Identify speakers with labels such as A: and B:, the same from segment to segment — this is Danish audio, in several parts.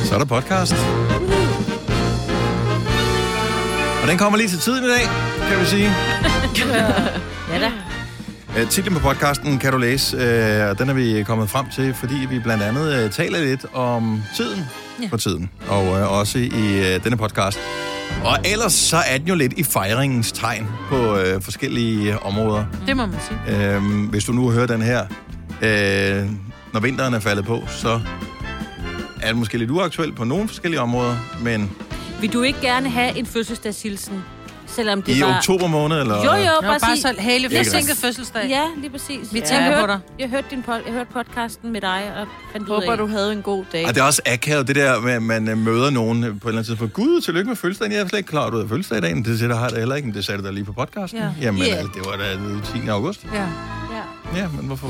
A: ekstra podcast. Og den kommer lige til tiden i dag, kan vi sige.
B: Ja da.
A: Øh, Titlen på podcasten kan du læse, øh, og den er vi kommet frem til, fordi vi blandt andet øh, taler lidt om tiden ja. på tiden, og øh, også i øh, denne podcast. Og ellers så er den jo lidt i fejringens tegn på øh, forskellige områder.
C: Det må man sige.
A: Øh, hvis du nu hører den her, øh, når vinteren er faldet på, så er det måske lidt uaktuelt på nogle forskellige områder, men
B: Vil du ikke gerne have en fødselsdagshilsen? Selvom det
A: i
B: var...
A: oktober måned, eller...
B: Jo, jo,
C: Nå,
B: bare,
C: bare
B: sig-
C: så hele
A: Det er
C: forsinket
A: godt.
C: fødselsdag.
B: Ja, lige præcis.
C: Vi
B: Ja.
C: tænker
B: jeg
C: på
B: hørte,
C: dig.
B: Jeg hørte, din pod- jeg hørte podcasten med dig, og fandt ud
D: Håber,
B: af...
D: du havde en god dag.
A: Og det er også akavet, det der med, at man øh, møder nogen på et eller andet tidspunkt. Gud, tillykke med fødselsdagen. Jeg er slet ikke klar, at du havde fødselsdag i dag. Men Det siger, der har jeg da heller ikke, men det sagde du da lige på podcasten. Ja.
C: Ja.
A: Jamen,
B: Ja.
A: yeah. det var da den 10. august.
C: Ja.
B: Ja,
A: Ja, men hvorfor?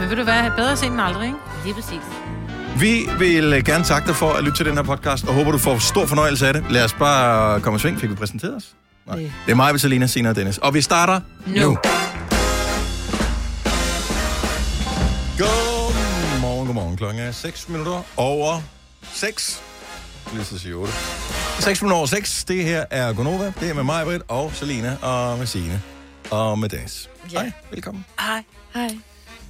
C: Men vil du være bedre sent end aldrig, ikke?
B: lige præcis.
A: Vi vil øh, gerne takke dig for at lytte til den her podcast, og håber, du får stor fornøjelse af det. Lad os bare komme i sving. Fik vi præsenteret os? Nej.
D: Næ.
A: Det er mig, Vitalina, Sina og Dennis. Og vi starter nu. nu. Godmorgen, godmorgen. Klokken er 6 minutter over 6. Lige så sige 8. 6 minutter over 6. Det her er Gonova. Det er med mig, Britt, og Selina, og med Signe, og med Dennis.
D: Ja.
A: Hej, velkommen.
C: Nej.
D: Hej.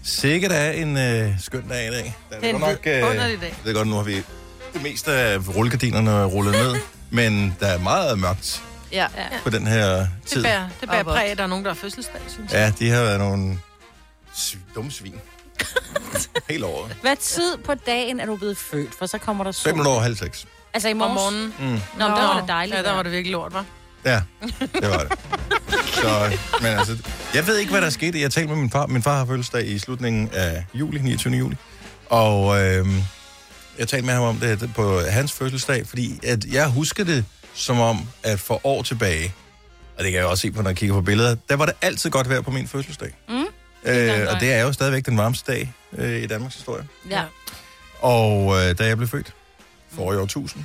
A: Sikkert er en øh, skøn dag i dag. Den
C: Det er en vidunderlig dag.
A: Det er øh, godt, nu har vi det meste af rullegardinerne rullet ned. men der er meget mørkt
D: Ja. ja.
A: på den her
C: Det
A: tid.
C: bærer, det bærer
D: Og vådt.
C: præg, af, at der er nogen, der har fødselsdag, synes jeg.
A: Ja, de har været nogle sv- dumme svin. Helt over.
B: Hvad tid på dagen er du blevet født? For så kommer der sol.
A: 5 minutter over halv seks.
B: Altså i
C: Om
B: morgen.
C: morgenen.
A: Mm.
B: Nå, men der var det dejligt.
C: Ja, der var det virkelig lort, var.
A: Ja, det var det. Så, men altså, jeg ved ikke, hvad der skete. Jeg talte med min far. Min far har fødselsdag i slutningen af juli, 29. juli. Og øh, jeg talte med ham om det på hans fødselsdag, fordi at jeg husker det som om, at for år tilbage, og det kan jeg også se på, når jeg kigger på billeder, der var det altid godt vejr på min fødselsdag. Mm. Øh, og det er jo stadigvæk den varmeste dag øh, i Danmarks historie.
B: Ja.
A: Og øh, da jeg blev født, for
C: Mm.
A: i år 1000.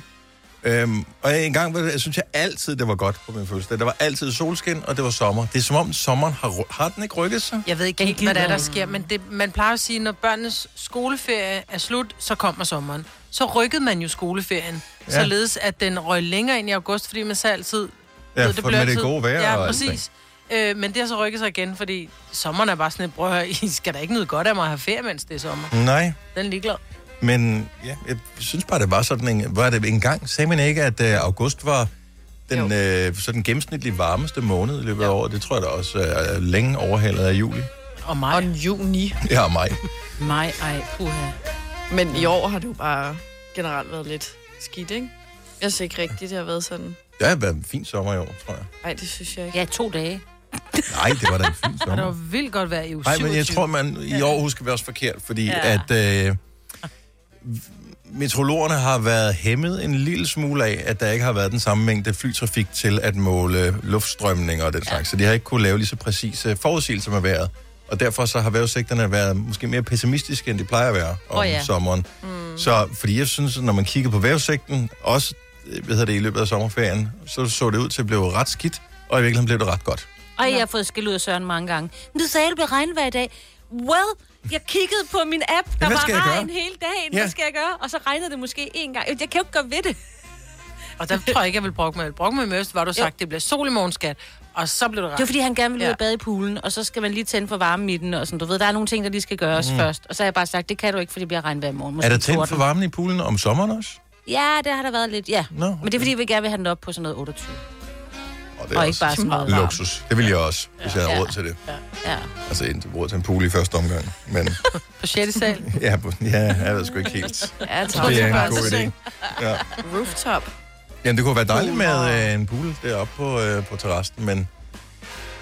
A: Øhm, og en gang var det- jeg synes jeg altid, det var godt på min fødselsdag. Der var altid solskin, og det var sommer. Det er som om sommeren har, ry- har den ikke rykket sig.
C: Jeg ved ikke helt, hvad der, er, der sker, men det, man plejer at sige, når børnenes skoleferie er slut, så kommer sommeren. Så rykkede man jo skoleferien,
A: Ja.
C: ja. således at den røg længere ind i august, fordi man sagde altid...
A: Ja,
C: ved,
A: for- med det gode vejr
C: Ja,
A: og
C: præcis. Øh, men det har så rykket sig igen, fordi sommeren er bare sådan et, prøv at høre, I skal da ikke nyde godt af mig at have ferie, mens det er sommer.
A: Nej,
C: Den er ligeglad.
A: men ja, jeg synes bare, det var sådan en... Var det en gang? Sagde man ikke, at øh, august var den øh, sådan gennemsnitlig varmeste måned i løbet af året? Det tror jeg da også er længe overhalet af juli.
C: Og
D: Og
C: mig.
D: en juni.
A: Ja, og maj.
C: Mig, ej, puha.
D: Men i år har det jo bare generelt været lidt skidt, ikke? Jeg synes ikke rigtigt, det har været sådan.
A: Det har været en fin sommer i år, tror jeg.
D: Nej, det synes jeg ikke.
B: Ja, to dage.
A: Nej, det var da en fin sommer.
C: Det var vildt godt vejr i uge
A: Nej, men jeg
C: 27.
A: tror, man i år husker vi også forkert, fordi ja.
B: Ja.
A: at øh, metrologerne har været hæmmet en lille smule af, at der ikke har været den samme mængde flytrafik til at måle luftstrømninger og den slags. Så de har ikke kunne lave lige så præcise forudsigelser med vejret. Og derfor så har vejrudsigterne været måske mere pessimistiske, end de plejer at være om oh,
B: Åh,
A: ja.
B: ja.
A: sommeren. Mm. Så fordi jeg synes, at når man kigger på vejrudsigten, også øh, hvad hedder det, i løbet af sommerferien, så så det ud til at blive ret skidt, og i virkeligheden blev det ret godt.
B: Og jeg har fået skæld ud af Søren mange gange. Men du sagde, at det blev regnvejr i dag. Well, jeg kiggede på min app, der
A: hvad
B: var
A: skal jeg gøre?
B: regn hele dagen.
A: Ja.
B: Hvad skal jeg gøre? Og så regnede det måske én gang. Jeg kan jo ikke gøre ved det.
C: Og der tror jeg ikke, jeg vil brokke mig. Jeg vil brokke mig mest, var du sagt, det bliver sol i morgen, skat. Og så blev det
B: Det var,
C: ret.
B: fordi han gerne ville ud
C: Ja.
B: og bade i poolen, og så skal man lige tænde for varmen i den, og sådan, du ved, der er nogle ting, der lige skal gøres mm. først. Og så har jeg bare sagt, det kan du ikke, for det bliver regnvejr i morgen. Måske
A: Er der tændt for
B: torden.
A: varmen i poolen om sommeren også?
B: Ja, det har der været lidt, ja.
A: Nå, okay.
B: Men det er fordi, vi gerne vil have den op på sådan noget 28.
A: Og, det
B: Og ikke bare sådan noget varmt.
A: Luksus. Det ville jeg også, hvis jeg havde
B: Ja.
A: råd til det.
B: Ja.
A: Altså, ikke råd til en pool i første omgang. Men
C: På 6. sal.
A: ja, ja jeg ved sgu ikke helt.
D: Ja, tak.
A: Det
C: til
A: er en
C: første
A: god idé.
C: seng.
A: Ja.
D: Rooftop.
A: Jamen, det kunne være dejligt med øh, en pool deroppe på, øh, på terrassen, men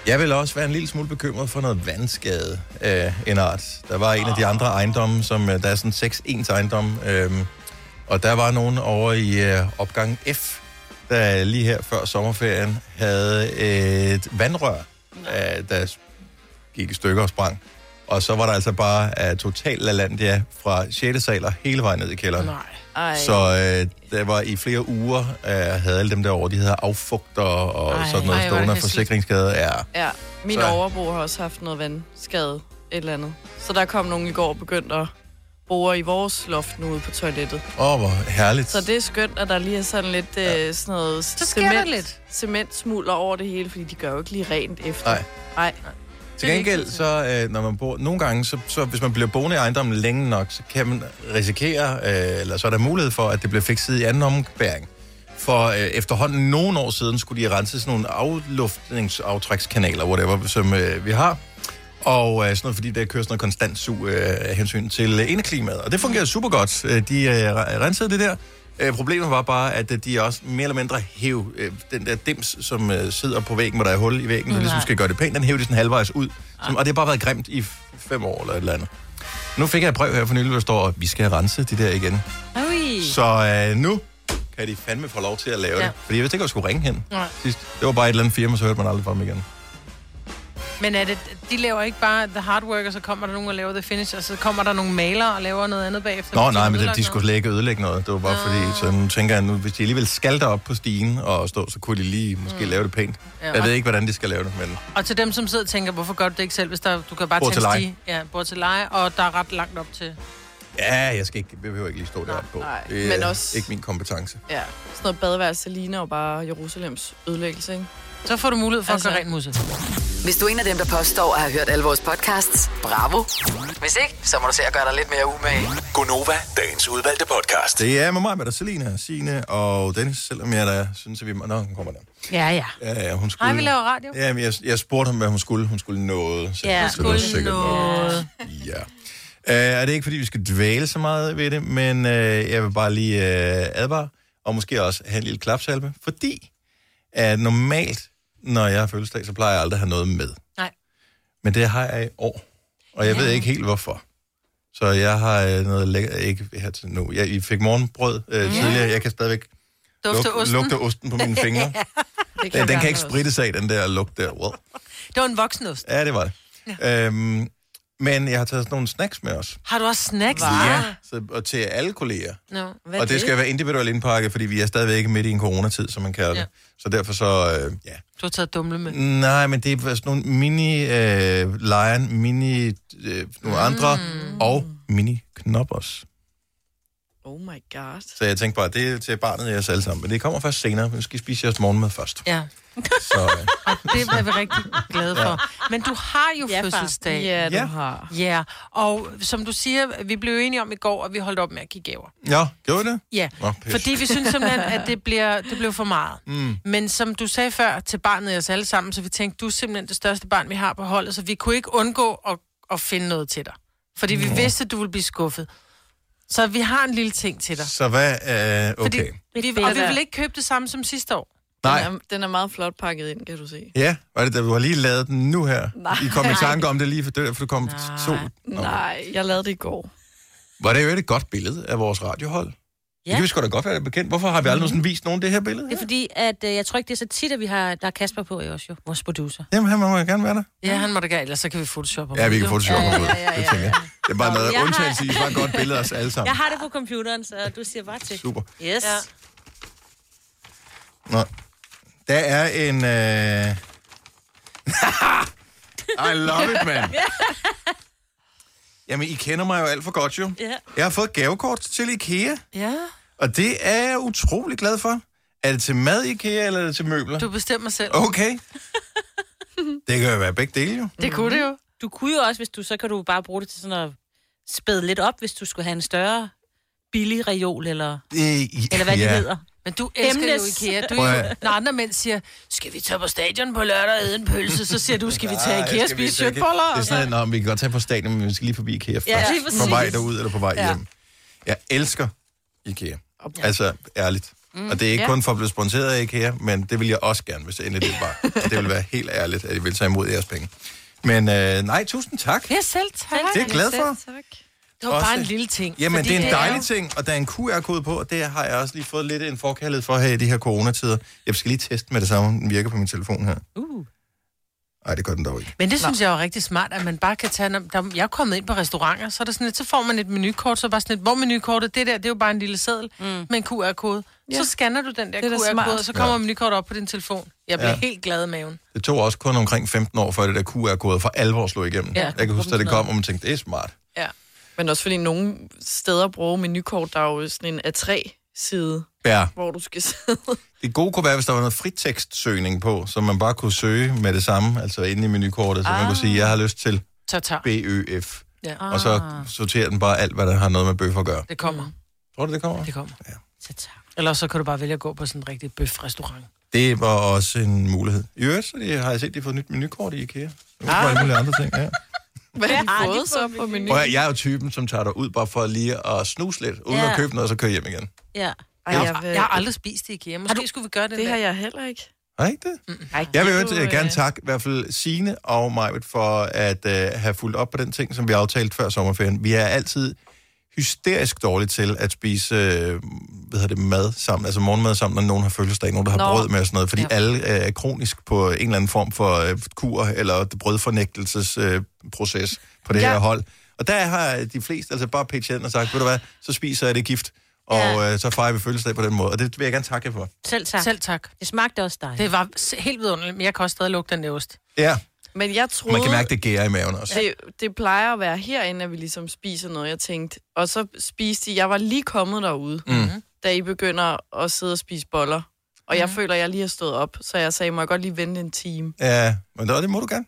A: jeg vil også være en lille smule bekymret for noget vandskade af en art. Der var en af de andre ejendomme, som øh, der er sådan seks ens ejendom, øh, og der var nogen over i øh, opgang F, der lige her før sommerferien havde et vandrør, øh, der gik i stykker og sprang. Og så var der altså bare uh, total lalandia fra 6. saler hele vejen ned i kælderen.
C: Nej.
D: Ej.
A: Så øh, der var i flere uger, øh, havde alle dem derovre, de havde affugter og Ej.
C: Ej.
A: sådan noget
C: Ej, hvor er det
A: stående og
C: hæsligt.
A: forsikringsskader. Ja.
D: Ja, min
A: Så-
D: så... overbo har også haft noget vandskade, et eller andet. Så der kom nogen i går og begyndte at borer i vores loft nu ude på toilettet.
A: Åh, oh, hvor herligt.
D: Så det er skønt, at der lige er sådan lidt øh, sådan noget
C: Så sker der lidt.
D: cementsmuler over det hele, fordi de gør jo ikke lige rent efter.
A: Nej.
D: Nej.
A: Til
C: Det er ikke
A: gengæld,
C: så
A: så øh, når man bor, nogle gange, så, så hvis man bliver boende i ejendommen længe nok, så kan man risikere, øh, eller så er der mulighed for, at det bliver fikset i anden ombæring. For øh, efterhånden nogle år siden skulle de have renset sådan nogle afluftningsaftrækskanaler, whatever, som øh, vi har. Og øh, sådan noget, fordi der kører sådan noget konstant sug øh, af hensyn til øh, indeklimaet. Og det fungerede super godt. Øh, de øh, re- rensede det der. Øh, problemet var bare, at øh, de også mere eller mindre hæv øh, den der dims, som øh, sidder på væggen, hvor der er hul i væggen, der ligesom
B: Nej.
A: skal gøre det pænt, den hæv de sådan halvvejs ud. Som, og det har bare været grimt i f- fem år eller et eller andet. Nu fik jeg et brev her for nylig, hvor der står, at vi skal have renset de der igen.
B: Ui.
A: Så øh, nu kan de fandme få lov til at lave ja.
B: Ja.
A: det. Fordi jeg vidste ikke, at jeg skulle ringe hen
C: Nej.
A: sidst. Det var bare et eller andet firma, så hørte man aldrig fra dem igen.
C: Men er det, de laver ikke bare the hard work, og så kommer der nogen og laver the finish, og så kommer der nogle malere og laver noget andet bagefter?
A: Nå,
C: fordi
A: nej,
C: har
A: men det,
C: ødelagt
A: de skulle
C: noget?
A: slet ikke ødelægge noget. Det var bare fordi, så nu tænker jeg nu, hvis de alligevel skal op på stigen og stå, så kunne de lige måske mm. lave det pænt. Ja.
C: Ja.
A: Jeg ved ikke, hvordan de skal lave det, men
C: Og til dem, som sidder og tænker, hvorfor gør du det ikke selv, hvis der, du kan bare
A: Bor til
C: tage en stige. Ja, bor til leje, og der er ret langt op til.
A: ja, jeg skal ikke, jeg behøver ikke lige stå deroppe på.
D: nej,
A: Det er
D: men også-
A: ikke min kompetence.
D: Ja, sådan noget badeværelse ligner jo bare Jerusalems ødelæggelse, ikke?
C: Så får du mulighed for altså...
D: Altså-
C: at gøre rent musset.
E: Hvis du er en af dem, der påstår at have hørt alle vores podcasts, bravo. Hvis ikke, så må du se at gøre dig lidt mere umage.
F: Gonova, dagens udvalgte podcast.
A: Det er med mig, med der Selina, Signe og Dennis, selvom jeg da synes, at vi... Nå, hun kommer der.
B: Ja, ja.
A: Ja, ja, hun skulle...
C: Nej, vi laver radio.
A: Ja, men jeg, jeg spurgte ham, hvad hun skulle. Hun skulle noget. Så
B: Ja,
A: det var
B: skulle
A: sikkert
C: noget.
A: Ja. Uh, og det er ikke, fordi vi skal dvæle så meget ved det, men uh, jeg vil bare lige uh, advare, og måske også have en lille klapsalve, fordi at normalt, når jeg har fødselsdag, så plejer jeg aldrig at have noget med.
C: Nej.
A: Men det har jeg i år, og jeg ja. ved ikke helt hvorfor. Så jeg har øh, noget lækker, ikke her til nu. Jeg I fik morgenbrød øh, tidligere, jeg kan stadigvæk
C: Dufter
A: lugte-
C: osten.
A: lugte osten på mine fingre.
D: Det
A: den, den
D: være
A: kan ikke
D: noget.
A: sprittes af, den der lugt der. Well.
C: Det var en voksenost.
A: Ja, det var det. Ja. Øhm, men jeg har taget sådan nogle snacks med os.
C: Har du også snacks?
A: Ja. Så, og til alle kolleger.
C: No.
A: Hvad og det, skal være individuelt indpakket, fordi vi er stadigvæk midt i en coronatid, som man kalder ja.
C: Ja.
A: det. Så derfor så, øh, ja.
C: Du har taget dumle med.
A: Nej, men det er sådan nogle mini øh, lion, mini øh, nogle andre, og mini knoppers.
D: Oh my god.
A: Så jeg tænkte bare, det er til barnet og jeres alle sammen. Men det kommer først senere, men vi skal spise jeres morgenmad først.
C: Ja,
A: Så, øh,
C: det er vi rigtig glade for. Men du har jo
B: Ja,
C: ja,
B: far.
C: fødselsdag. Ja.
D: Ja, du
A: Ja.
D: har.
C: Yeah. og som du siger, vi blev enige om i går, at vi holdt op med at give gaver.
A: ja, gjorde I det?
C: Ja,
A: Nå, pis.
C: fordi vi synes simpelthen, at det, bliver, det blev for meget. Mm. Men som du sagde før til barnet og os alle sammen, så vi tænkte, du er simpelthen det største barn, vi har på holdet, så vi kunne ikke undgå at, at finde noget til dig. Fordi vi vidste, at du ville blive skuffet. Så vi har en lille ting til dig.
A: Så hvad, øh,
C: Fordi
A: okay.
C: vi, og vi vil ikke købe det samme som sidste år.
A: Nej.
D: Den er, den er meget flot pakket ind, kan du se.
A: Ja, var det da du har lige lavet den nu her?
D: Nej.
A: I kom i tanke om det lige for det, for du kom Nej. to. Nå.
D: Nej, jeg lavede det i går.
A: Var det jo et godt billede af vores radiohold? Ja. Det kan vi sgu da godt være bekendt. Hvorfor har vi aldrig sådan vist nogen det her billede?
B: Mm. Det er fordi, at øh, jeg tror ikke, det er så tit, at vi har, der er Kasper på i os jo, vores producer.
A: Jamen, han må jo gerne være der.
C: Ja, han må da gerne, ellers så kan vi photoshoppe om
A: Ja, vi kan
C: det.
A: få det sjovt.
B: Ja,
A: Ja,
B: ja,
A: ja,
B: ja, ja,
A: Det tænker jeg. Det er bare noget
B: jeg har-
A: undtagelse, I var et godt billede af os alle sammen.
B: Jeg har det på computeren, så du siger bare til.
A: Super.
B: Yes. Ja.
A: Nå. Der er en... Øh... I love it, man. Jamen, I kender mig jo alt for godt, jo.
B: Ja.
A: Jeg har fået et gavekort til IKEA,
C: Ja,
A: og det er jeg utrolig glad for. Er det til mad IKEA, eller er det til møbler?
C: du bestemmer selv.
A: Okay. Det kan jo være begge dele, jo.
C: Det kunne det jo.
B: Du kunne jo også, hvis du, så kan du bare bruge det til sådan at spæde lidt op, hvis du skulle have en større billig reol, eller,
A: Øh,
B: eller hvad ja. det hedder.
C: Men du elsker Emnes. jo
B: Emnes.
C: IKEA. Du
A: Prøv
C: er
A: at
C: jo,
A: høre.
C: når andre mænd siger, skal vi tage på stadion på lørdag og æde en pølse, så siger du, skal vi tage
A: Ah,
C: IKEA og
A: skal vi
C: spise
A: tage-
C: kjøtboller?
A: Det er sådan, at, vi kan godt tage på stadion, men vi skal lige forbi IKEA først.
B: Ja, lige
A: på
B: præcis.
A: vej derud eller på vej ja.
B: Ja.
A: hjem. Jeg elsker IKEA. Altså, ærligt. Mm, og det er ikke ja.
D: ja.
A: kun for at blive sponsoreret af IKEA, men det vil jeg også gerne, hvis det endelig det var. det vil være helt ærligt, at I vil tage imod jeres penge. Men øh, nej, tusind tak.
C: Ja, selv tak.
A: Det er jeg glad for.
D: Selv tak.
C: Det var bare
A: Også-
C: en lille ting.
A: Jamen,
C: Fordi
A: det er en
C: jo-
A: dejlig ting, og der er en QR-kode på, og det har jeg også lige fået lidt en forkærlighed for her i de her coronatider. Jeg skal lige teste med det samme, om den virker på min telefon her.
B: Uh.
A: Nej, det gør den dog ikke.
C: Men det synes jeg er rigtig smart, at man bare kan tage... når- Der, jeg er kommet ind på restauranter, så, er der sådan lidt, så får man et menukort, så er bare sådan lidt, hvor er menukortet, det der, det er jo bare en lille seddel mm. med en QR-kode. Ja. Så scanner du den der
D: Det er da smart.
C: QR-kode, og så kommer
A: Ja.
C: ja. menukortet op på din telefon. Jeg bliver
A: Ja.
C: ja. helt glad i maven.
A: Det tog også kun omkring 15 år, før det der QR-kode for alvor slog igennem.
B: Ja,
A: jeg kan huske, da det kom, og man tænkte, det er smart.
C: Ja.
D: Men også fordi nogle steder bruger menukort, der er jo sådan en A3-side,
A: Ja.
D: hvor du skal sidde.
A: Det gode kunne være, hvis der var noget fritekstsøgning på, så man bare kunne søge med det samme, altså inde i menukortet, så man kunne sige, jeg har lyst til
C: Så tager.
A: BØF.
C: Ah. Ja. Ah.
A: Og så sorterer den bare alt, hvad der har noget med bøf at gøre.
C: Det kommer.
A: Tror du, det kommer?
C: Det kommer.
B: Tatar.
C: Eller så kan du bare vælge at gå på sådan en rigtig bøfrestaurant.
A: Det var også en mulighed. I øvrigt, så de, har jeg set, at de har fået nyt menukort i IKEA. Det var alle mulige andre ting, ja.
D: Hvad har de fået så på menuen?
A: Prøv at, høre, jeg er jo typen, som tager dig ud bare for lige at snuse lidt, uden
B: Ja.
A: at købe noget, og så kører hjem igen.
B: Ja.
D: Ej,
C: Jeg,
D: jeg, vil,
C: jeg øh, har aldrig spist i IKEA. Måske du, skulle vi gøre det
D: det
C: en
D: har
C: dag.
D: jeg heller ikke.
A: Er det ikke det?
D: Ej,
A: Jeg vil
D: det
A: øvrigt,
D: kunne,
A: øh, gerne
D: øh,
A: takke i hvert fald Signe og Majbet for at øh, have fulgt op på den ting, som vi aftalte før sommerferien. Vi er altid hysterisk dårlige til at spise øh, hvad hedder det, mad sammen, altså morgenmad sammen, når nogen har fødselsdag, nogen der har
D: Nå.
A: brød med og sådan noget, fordi
D: Ja.
A: alle øh, er kronisk på en eller anden form for øh, kur eller brødfornægtelsesproces øh, proces på det ja.
D: Ja.
A: her hold. Og der har de fleste altså bare pitchet ind og sagt, ved du hvad, så spiser jeg det gift, og
B: Ja.
A: øh, så fejrer vi fødselsdag på den måde. Og det vil jeg gerne takke jer for.
B: Selv tak. Selv.
C: Selv tak.
B: Det smagte også dig.
C: Det var s- helt vidunderligt, men jeg kan også stadig lugte den der ost.
A: Ja,
D: Men jeg troede,
A: man kan mærke, det gærer i maven også.
D: det, det plejer at være herinde, at vi ligesom spiser noget, jeg tænkte. Og så spiste I, jeg var lige kommet derude, mm. da I begynder at sidde og spise boller. Og jeg føler, at jeg lige har stået op, så jeg sagde, må jeg godt lige vente en time.
A: Ja, men det, det må du gerne.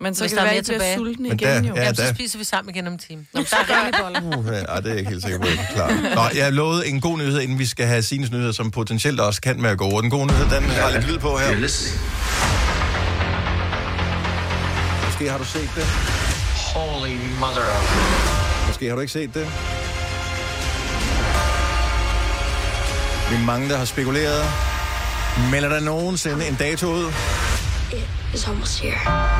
D: Men så
B: Hvis
D: kan
B: der
D: det
B: er
D: være, at
B: mere tilbage.
D: jeg bliver sulten
A: Men
D: igen
A: der-
D: jo. Ja.
A: ja.
C: Jamen, så
A: da.
C: spiser vi sammen igen om en time.
D: Nå, men så er det boller.
A: Uh, ja, det er jeg ikke helt sikker på, at jeg klar. Nå, jeg lovede en god nyhed, inden vi skal have Sines nyheder, som potentielt også kan være gode. Og Den gode nyhed, den har lidt lyd på her.
G: listening.
A: Måske har du set det.
G: Holy mother of...
A: Måske har du ikke set det. Vi er mange, der har spekuleret. Melder der nogensinde en dato ud?
H: It is almost here.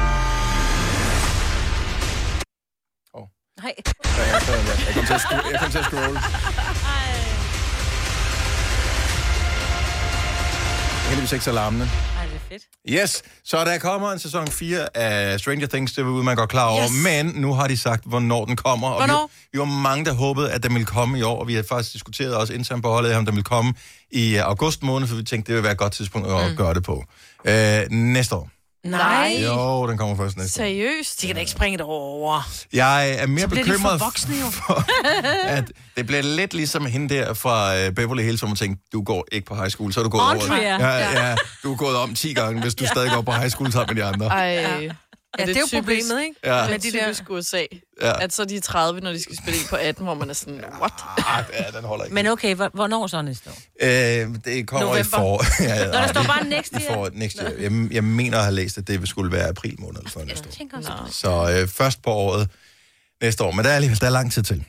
B: Nej.
A: Ja, ja, sådan der. Jeg kom til at, sc- jeg kom til at scrolle. Heldigvis ikke så larmende.
B: Ej, det er fedt.
A: Yes, så der kommer en sæson 4 af Stranger Things, det var man godt klar over, yes.
D: Yes.
A: men nu har de sagt, hvornår den kommer. Og
C: Hvornår?
A: Vi, vi var mange, der håbede, at den ville komme i år, og vi har faktisk diskuteret også internt på holdet, om den ville komme i øh, august måned, for vi tænkte, det ville være et godt tidspunkt at mm. gøre det på. Øh, næste år.
D: Nej.
A: Jo, den kommer først næste år.
D: Seriøst?
C: De kan da ikke springe det over.
A: Jeg er mere
C: Så bliver de for
A: bekymret
C: voksne jo.
A: for, at det bliver lidt ligesom hende der fra øh, Beverly Hills, som tænkte, du går ikke på high school, så er du gået over.
B: Andrea.
A: Ja, ja, du er gået om 10 gange, hvis du stadig går på high school sammen med de andre.
D: Ej. Ja.
C: Ja, det er jo problemet, ikke?
A: Ja.
D: Med
C: Med
D: de
C: de der-
D: typisk USA.
A: Ja.
D: Ja. At så er de 30, når de skal spille ind på 18, hvor man er sådan, what?
A: Ah, ja, den holder ikke.
B: Men okay, hvor- hvornår så næste år?
A: Øh, det kommer i
C: November.
A: forår. ja, ja,
B: Når der
A: nej,
B: står
A: det-
B: bare next
A: i
B: year.
A: foråret næste år. Jeg, jeg mener at have læst, at det skulle være april måned eller sådan noget næste år.
B: Tænk også.
A: Så øh, først på året næste år. Men der er alligevel der er lang tid til.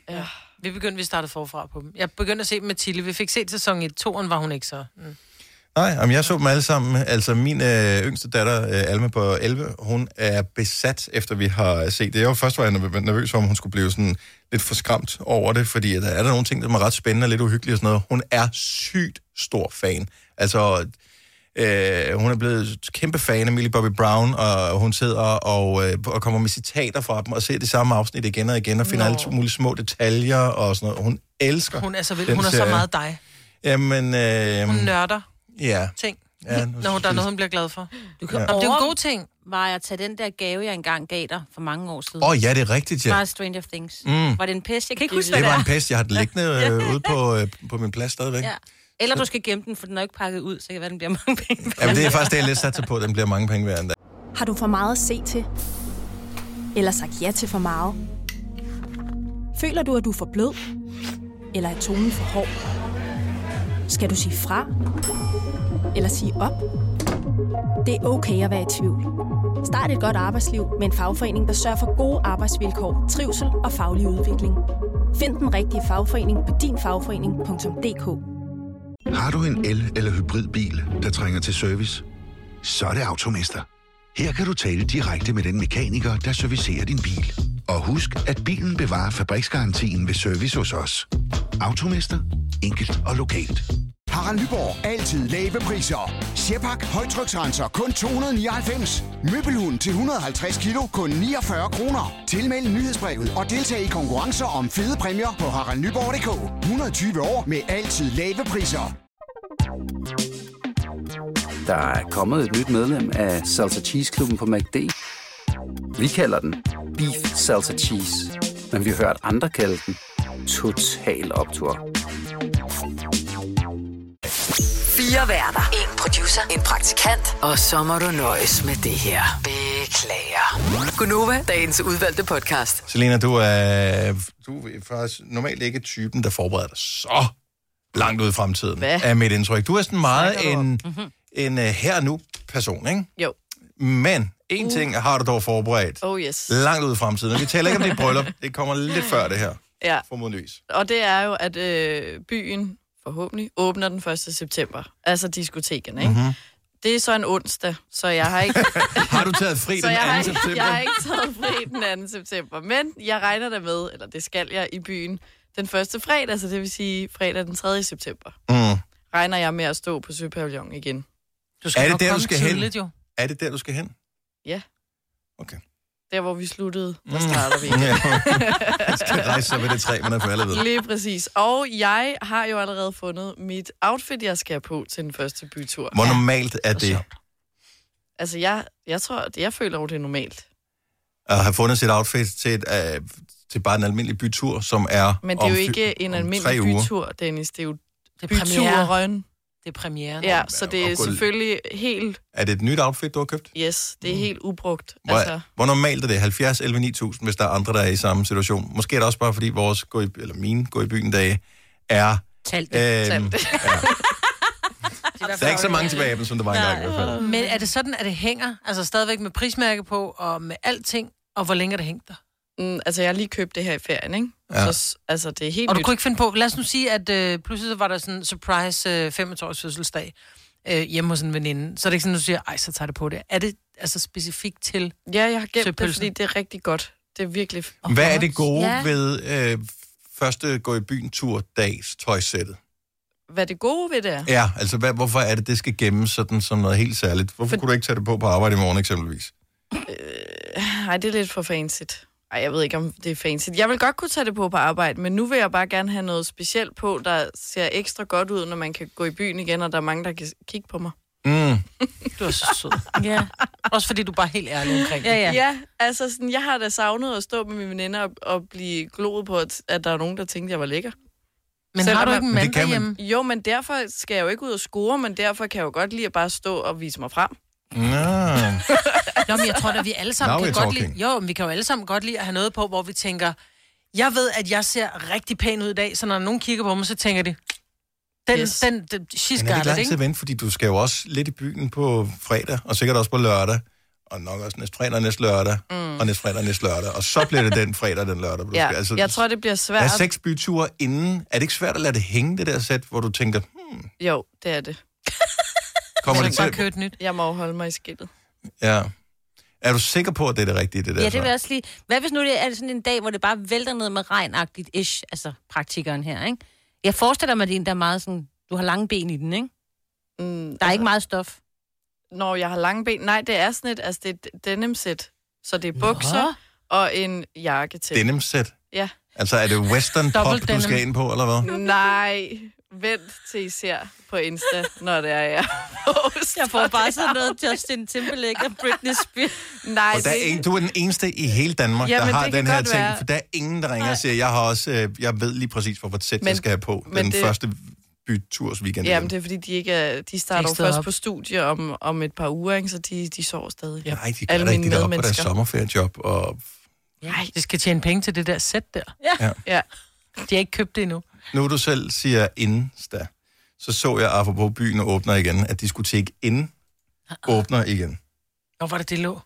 C: Vi begyndte, vi startede forfra på dem. Jeg begyndte at se dem med Tilly. Vi fik set sæson 1. Toren var hun ikke så. Mm.
A: Nej, jamen, jeg så dem alle sammen. Altså min øh, yngste datter, øh, Alma på 11, hun er besat, efter vi har set det. Jeg var først var jeg nerv- nervøs for, om hun skulle blive sådan lidt forskræmt over det, fordi at der er der nogle ting, der er ret spændende og lidt uhyggelige og sådan noget. Hun er sygt stor fan. Altså, Øh, hun er blevet kæmpe fan af Millie Bobby Brown, og hun sidder og, øh, og kommer med citater fra dem, og ser det samme afsnit igen og igen, og finder alle mulige små detaljer og sådan noget. Hun elsker
C: Hun er så vild.
A: den
C: Hun er så
A: serie.
C: meget dig.
A: Jamen, øh,
C: Hun nørder
A: ja.
C: ting.
A: Ja, nu
C: Når hun, der er noget, hun bliver glad for. Du kan ja. Det er en god ting.
B: Var jeg tage den der gave, jeg engang gav dig for mange år siden?
A: Åh oh, ja, det er rigtigt, ja.
B: Bare Stranger Things. Mm. Var det en pest? Jeg kan ikke huske, hvad
A: Det
B: det
A: var
B: er.
A: en pest, jeg har den liggende øh, ude på, øh, på min plads stadigvæk. Ja.
B: Ja. Eller du skal gemme den, for den er jo ikke pakket ud, så kan det være, den bliver mange penge.
A: Jamen, det er faktisk det, jeg lidt satser på, at den bliver mange penge værd endda.
I: Har du for meget at se til? Eller sagt ja til for meget? Føler du, at du er for blød? Eller er tonen for hård? Skal du sige fra? Eller sige op? Det er okay at være i tvivl. Start et godt arbejdsliv med en fagforening, der sørger for gode arbejdsvilkår, trivsel og faglig udvikling. Find den rigtige fagforening på dinfagforening.dk.
J: Har du en el- eller hybridbil, der trænger til service? Så er det Automester. Her kan du tale direkte med den mekaniker, der servicerer din bil. Og husk, at bilen bevarer fabriksgarantien ved service hos os. Automester. Enkelt og lokalt.
K: Harald Nyborg. Altid lave priser. Sjehpak. Højtryksrenser. Kun 299. Møbelhund til 150 kilo. Kun 49 kroner. Tilmeld nyhedsbrevet og deltag i konkurrencer om fede præmier på haraldnyborg.dk. 120 år med altid lave priser.
G: Der er kommet et nyt medlem af Salsa Cheese Klubben på MACD. Vi kalder den Beef Salsa Cheese. Men vi har hørt andre kalde den total optur.
E: Fire værter. En producer. En praktikant. Og så må du nøjes med det her. Beklager. Gunova, dagens udvalgte podcast.
A: Selena, du er, du er faktisk normalt ikke typen, der forbereder dig så langt ud i fremtiden,
D: Hvad?
A: er mit indtryk. Du er sådan meget en,
D: Mhm.
A: en øh, her-nu-person, ikke?
D: Jo.
A: Men en
D: Uh.
A: ting har du dog forberedt
D: Oh yes.
A: langt ud i fremtiden. Og vi taler ikke om dit bryllup. Det kommer lidt før det her,
D: Ja.
A: formodentligvis.
D: Og det er jo, at øh, byen forhåbentlig åbner den 1. september. Altså diskotekerne, ikke?
A: Mhm.
D: Mm-hmm. Det er så en onsdag, så jeg har ikke...
A: Har du taget fri
D: så
A: den
D: jeg
A: 2.
D: har, ikke,
A: september?
D: jeg har ikke taget fri den 2. september. Men jeg regner der med, eller det skal jeg i byen, den første fredag, så det vil sige fredag den 3. september,
A: Mm.
D: regner jeg med at stå på Søpavillon igen.
A: Du skal Er det nok der, du komme skal hen? tidligt,
C: jo.
A: Er det der, du skal hen?
D: Ja.
A: Okay.
D: Der, hvor vi sluttede, der
A: Mm.
D: starter vi.
A: Ja. Jeg skal rejse sig ved det træ, man er faldet ved.
D: Lige præcis. Og jeg har jo allerede fundet mit outfit, jeg skal have på til den første bytur.
A: Hvor normalt er det
D: Altså, jeg, jeg tror, jeg føler jo, det er normalt.
A: at have fundet sit outfit til, et, uh, til bare en almindelig bytur, som er
D: Men det er jo
A: om fy-
D: ikke en
A: om
D: almindelig
A: tre uger.
D: bytur, Dennis. Det er jo
C: det
A: er premiere.
D: byturen.
C: Det er premieren.
D: Ja, så det er
A: Og gå-
D: selvfølgelig helt,
A: Er det et nyt outfit, du har købt?
D: yes, det er helt ubrugt.
A: Mm. Hvor,
D: Altså,
A: hvor normalt er det? 70, 11, 9000, hvis der er andre, der er i samme situation. Måske er det også bare, fordi vores gå i, eller mine gå i byen dage er...
B: Talt.
A: Øhm, der er ikke så mange tilbage af dem, som der var engang i hvert fald.
C: Men er det sådan, at det hænger? Altså stadigvæk med prismærke på, og med alting, og hvor længe er det hængt der?
D: mm, altså, jeg har lige købt det her i ferien, ikke?
C: Ja.
D: Ja. Så, s- altså, det er helt
C: Og du
D: nyt.
C: kunne ikke finde på, lad os nu sige, at øh, pludselig så var der sådan en surprise øh, 25 års fødselsdag øh, hjemme hos en veninde. Så er det ikke sådan, at du siger, ej, så tager det på det. Er det altså specifikt til
D: Ja, jeg har gemt det,
C: søpølsen?
D: fordi det er rigtig godt. Det er virkelig...
A: Hvad er det gode
D: Ja.
A: ved øh, første gå i byen tur dags tøjsættet?
D: Hvad det gode ved det er?
A: Ja, altså hvad, hvorfor er det, det skal gemmes sådan som noget helt særligt? Hvorfor kunne du ikke tage det på på arbejde i morgen eksempelvis?
D: Nej, det er lidt for fancy. Ej, jeg ved ikke, om det er fancy. Jeg vil godt kunne tage det på på arbejde, men nu vil jeg bare gerne have noget specielt på, der ser ekstra godt ud, når man kan gå i byen igen, og der er mange, der kan kigge på mig.
A: Mm.
C: Du er så sød. ja. Også fordi du er bare helt ærlig omkring det.
D: ja altså sådan, jeg har da savnet at stå med mine veninder og, og blive gloet på, at, at der er nogen, der tænkte, jeg var lækker.
C: Men
D: Selvom
C: har du
D: jeg-
C: ikke en mand derhjemme?
D: Jo, men derfor skal jeg jo ikke ud og score, men derfor kan jeg jo godt lide at bare stå og vise mig frem.
A: Nå.
C: Nå, men jeg tror da, vi alle sammen
A: Now
C: kan
A: we're
C: godt lide...
A: talking.
C: Jo, men vi kan jo alle sammen godt lide at have noget på, hvor vi tænker, jeg ved, at jeg ser rigtig pæn ud i dag, så når nogen kigger på mig, så tænker de, den, yes.
A: Yes.
C: den, den she's
A: Men er det
C: got
A: ikke
C: it,
A: lang tid at
C: ikke?
A: vente, fordi du skal jo også lidt i byen på fredag, og sikkert også på lørdag, og nok også næste fredag, næste lørdag, mm. og næste fredag, næste lørdag, og så bliver det den fredag, den lørdag. hvor du
D: Ja,
A: skal- altså,
D: jeg tror, det bliver
A: Der
D: svært.
A: er seks byture inden. Er det ikke svært at lade det hænge, det der sæt, hvor du tænker, hmm,
D: Jo, det er det.
A: kommer det til?
C: et nyt?
D: Jeg må jo holde mig i skiltet.
A: Ja. Er du sikker på, at det er det rigtige, det der?
B: Ja, det vil
A: så?
B: jeg også lige... Hvad hvis nu det er sådan en dag, hvor det bare vælter ned med regnagtigt ish, altså praktikeren her, ikke? Jeg forestiller mig, at det er en, der er meget sådan... Du har lange ben i den, ikke?
D: Mm, der er
B: altså... ikke meget stof.
D: Når jeg har lange ben. Nej, det er sådan et, altså det er denim sæt. Så det er bukser og en jakke til.
A: Denim-sæt.
D: Ja.
A: Altså, er det western pop,
D: Double
A: du
D: denim.
A: skal ind på, eller hvad?
D: Nej, vent til I ser på Insta, når det er jeg.
B: Jeg får bare sådan noget Justin Timberlake og Britney Spears.
D: Nej,
A: Og der er en, du er den eneste i hele Danmark,
D: Jamen,
A: der har
D: det kan
A: den her
D: godt
A: ting,
D: være.
A: for der er ingen, der ringer og siger, jeg har også, øh, jeg ved lige præcis, hvorfor et sæt, jeg
D: Men-
A: skal have på
D: men
A: den
D: det-
A: første byturs weekend.
D: Jamen, det er fordi, de, ikke er, de
C: De
D: starter
C: er
D: jo
C: ikke stået
D: først
C: op.
D: op. på studie om, om et par uger, ikke? så de, de sover stadig.
A: Nej, de gør da ikke det der op på deres sommerferiejob. Og...
D: Nej,
C: de skal tjene penge til det der sæt der.
A: Ja.
D: ja.
C: De har ikke købt det endnu.
A: Nu du selv siger Insta, så så jeg, apropos byen åbner igen, at diskotek ind
D: Ah,
A: åbner igen.
C: Nå, var det det lå?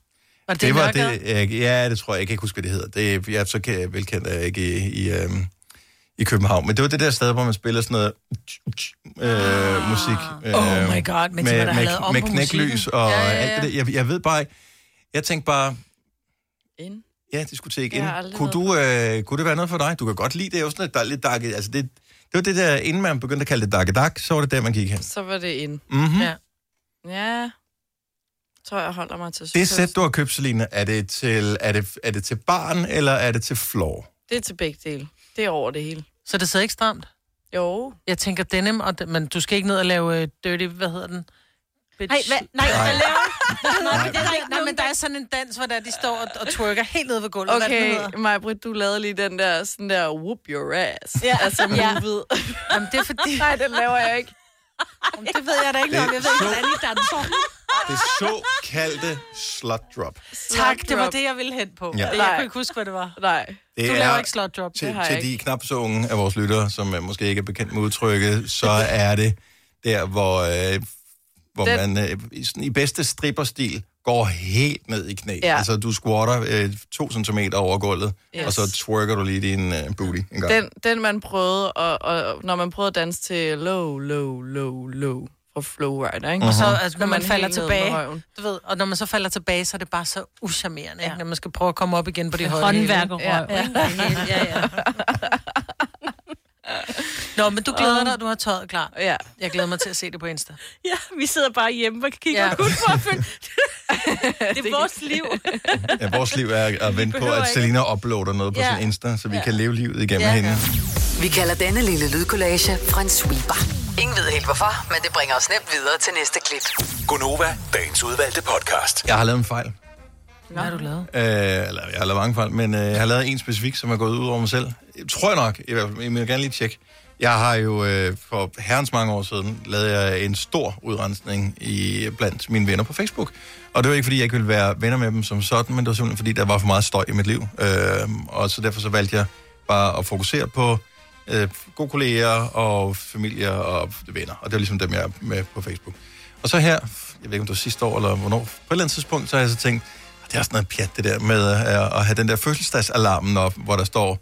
C: Var det,
A: Det var
C: Nørregade?
A: det, jeg, ja, det tror jeg, jeg kan ikke huske, hvad det hedder. Det, jeg er så kan- velkendt er jeg ikke i, i, øhm, i København. Men det var det der sted, hvor man spiller sådan noget øh, musik. Øh,
C: Oh my God, men de må da
A: med,
C: have
A: med,
C: lavet om
A: med
C: på
A: knæklys
C: musikken.
A: og
C: Ja,
A: ja,
C: ja, ja.
A: ja, ja. alt det der. Jeg, jeg ved bare, jeg tænkte bare,
D: Ind.
A: ja, diskotek
D: Jeg
A: ind.
D: har aldrig
A: Kunne, du, øh, kunne det være noget for dig? Du kan godt lide det. Det er jo sådan lidt, der er lidt dark, altså det, det var det der, inden man begyndte at kalde det dark dark, så var det der, man gik hen.
D: Så var det ind.
A: Mhm.
C: Ja.
D: Ja. Jeg tror, jeg holder mig til
A: Det
D: søpølse.
A: sæt, du har købt, Selina, er det til, er det, er det til barn, eller er det til floor?
D: Det er til begge dele. Det er over det hele.
C: Så det sidder ikke stramt?
D: Jo.
C: Jeg tænker denim, og, men du skal ikke ned og lave øh, dirty, hvad hedder den? Bitch.
B: Nej, hvad, nej,
A: Nej.
B: hvad laver du? Nej, men det er der ikke
C: Nej,
B: noget
C: men der er sådan en dans, hvor der de står og, og twerker helt nede ved gulvet. hvad den
D: Okay,
C: hedder.
D: Majbrit, du lavede lige den der, sådan der, whoop your ass. Ja. Altså,
C: Ja.
D: ja. ved.
C: Jamen, det er fordi...
D: Nej, den laver jeg ikke.
C: Jamen, det ved jeg da ikke
A: Det
C: noget om. Jeg ved
A: så-
C: ikke, hvordan I danser.
A: Det såkaldte slot drop.
C: Tak, det var det, jeg ville hen på.
A: Ja.
C: Ja. Jeg kunne ikke huske, hvad det var.
D: Nej.
A: Det
C: du
A: er
C: laver ikke slot drop.
A: Til,
C: det har jeg ikke.
A: til de knap så unge af vores lyttere, som øh, måske ikke er bekendt med udtrykket, så er det der, hvor, øh, hvor
D: Den-
A: man øh, i, sådan, i bedste stripperstil går helt ned i knæ.
D: Ja.
A: Altså, du squatter øh, to centimeter over gulvet, yes.
D: Yes.
A: og så twerker du lige din øh, booty en gang.
D: Den, den man prøvede, og, og, når man prøvede at danse til low, low, low, low fra Flowrider, ikke?
C: Og så,
D: Mhm.
C: altså,
D: Går
C: når man,
D: helt
C: falder
D: ned med røven.
C: tilbage, du ved, og når man så falder tilbage, så er det bare så uschammerende, ja. når man skal prøve at komme op igen på det høje.
B: Håndværkerrøv,
C: Ja. Ja. ja. Nå, men du glæder dig, og du har tøjet klar.
D: Ja.
C: Jeg glæder mig til at se det på Insta.
B: Ja, vi sidder bare hjemme og kigger
C: Ja.
B: ja. kun på at finde... det er vores liv.
A: Ja, vores liv er at vente på,
B: behøver
A: at
B: ikke-
A: Selina uploader noget på
E: Ja.
A: sin Insta, så vi
E: Ja.
A: kan leve livet igennem
E: Ja.
A: hende.
E: Vi kalder denne lille lydkollage Frans sweeper. Ingen ved helt hvorfor, men det bringer os nemt videre til næste klip.
F: Gunova, dagens udvalgte podcast.
A: Jeg har lavet en fejl.
C: Hvad har du lavet?
A: Øh, eller jeg har lavet mange fejl, men øh, jeg har lavet en specifik, som er gået ud over mig selv. Tror jeg nok, i hvert fald, men jeg vil gerne lige tjekke. Jeg har jo øh, for herrens mange år siden lavet jeg en stor udrensning i, blandt mine venner på Facebook. Og det var ikke, fordi jeg ikke ville være venner med dem som sådan, men det var simpelthen, fordi der var for meget støj i mit liv. Øh, og så derfor så valgte jeg bare at fokusere på øh, gode kolleger og familier og venner. Og det var ligesom dem, jeg er med på Facebook. Og så her, jeg ved ikke, om det var sidste år eller hvornår, på et eller andet tidspunkt, så har jeg så tænkt, "Ah, det er sådan noget pjat, det der med øh, at have den der fødselsdagsalarmen op, hvor der står,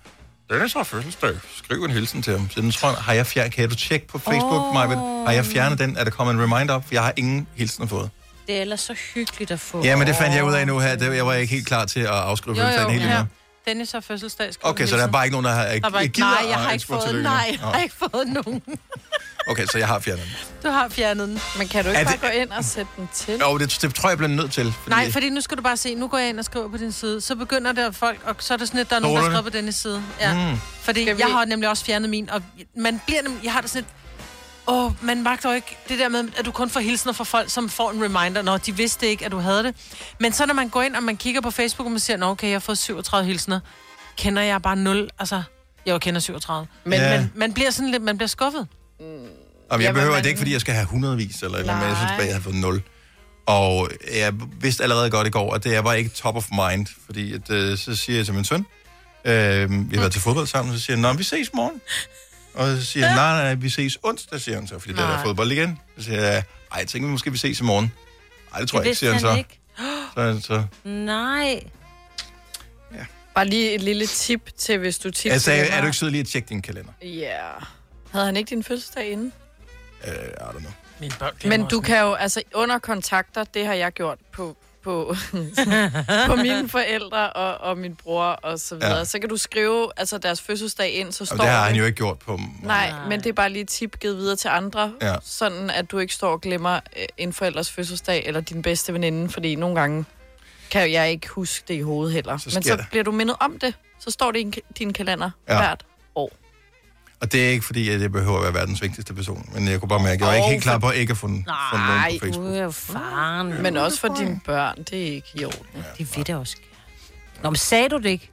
A: det er så fødselsdag, skriv en hilsen til ham. Så den tror jeg, har jeg fjernet, kan du tjekke på Facebook, oh. har jeg fjernet den? Er der kommet en reminder op? For Jeg har ingen hilsen fået.
B: Det er ellers så hyggeligt at få.
A: Ja, men det fandt jeg ud af nu her. Det, jeg var ikke helt klar til at afskrive
C: Jo,
A: fødselsdagen helt
C: jo, ja.
A: endnu.
C: Dennis har fødselsdag. skal
A: Okay,
C: vi
A: så der er
C: hilse.
A: bare ikke nogen, der har
C: Der er bare
A: ikke
C: ikke,
A: gider
C: nej, jeg
A: at
C: har ikke
A: ønske mig
C: fået,
A: tillykke.
C: nej, jeg
A: Nå.
C: har ikke fået nogen.
A: Okay, så jeg har fjernet den.
C: Du har fjernet den.
D: Men kan du
A: ikke Er
D: ikke
A: det-
D: bare gå ind og sætte den til?
A: Jo, det, det tror jeg, jeg bliver nødt til. Fordi,
C: Nej, fordi nu skal du bare se, nu går jeg ind og skriver på din side, så begynder der folk, og så er der sådan lidt, der er nogen, der
A: Stolerne.
C: skriver på denne side. Ja.
A: Mm.
C: Mm. Fordi
A: Skal vi-
C: jeg har nemlig også fjernet min, og man bliver nemlig, jeg har det sådan lidt, åh, man magter jo ikke det der med, at du kun får hilsener fra folk, som får en reminder, når de vidste ikke, at du havde det. Men så når man går ind, og man kigger på Facebook, og man siger, nå okay, jeg har fået 37 hilsener, kender jeg bare 0, altså, jeg kender 37. Men,
A: Ja.
C: ja. men man bliver sådan lidt, man bliver skuffet.
A: Jamen, jeg
C: Jamen,
A: behøver
C: man-
A: det ikke, fordi jeg skal have hundredvis, eller et eller andet, men jeg synes
C: Nej.
A: bare, jeg har fået nul. Og jeg vidste allerede godt i går, at det er bare ikke top of mind, fordi at, øh, så siger jeg til min søn, øh, vi har været til fodbold sammen, så siger han, nå, vi ses morgen. Og så siger han, nej, nej, vi ses onsdag, siger han så, fordi nej. der er
C: Nej.
A: fodbold igen. Så siger jeg, ej, jeg tænker, vi måske vi ses i morgen. Nej, det tror jeg ikke, siger han så. så, så.
B: Nej.
D: Bare lige et lille tip til, hvis du tipper.
A: Jeg sagde, Altså, er du ikke sød lige at tjekke din kalender?
D: Ja. Yeah. Havde han ikke din fødselsdag inden?
A: Øh, I don't know.
C: Min børn
D: Men du kan jo, altså under kontakter, det har jeg gjort på, på, på mine forældre og, og min bror og så videre.
A: Ja.
D: Ja. Så kan du skrive altså, deres fødselsdag ind, så står
A: Jamen, det har
D: det.
A: han jo ikke gjort på
D: Nej, men det er bare lige et tip givet videre til andre,
A: Ja.
D: ja. sådan at du ikke står og glemmer øh, en forældres fødselsdag eller din bedste veninde, fordi nogle gange kan jeg ikke huske det i hovedet heller.
A: Så
D: Men
A: sker
D: så
A: det.
D: bliver du mindet om det, så står det i en ka- din kalender
A: Ja.
D: ja. hvert år.
A: Og det er ikke, fordi at jeg behøver at være verdens vigtigste person, men jeg kunne bare mærke, at jeg var ikke
D: Åh,
A: helt klar
D: for-
A: på ikke at få fundet nogen på Facebook.
B: er jo faren.
D: Men også for dine børn, det er ikke i orden.
B: Det ved jeg også gerne. Nå, men sagde du det ikke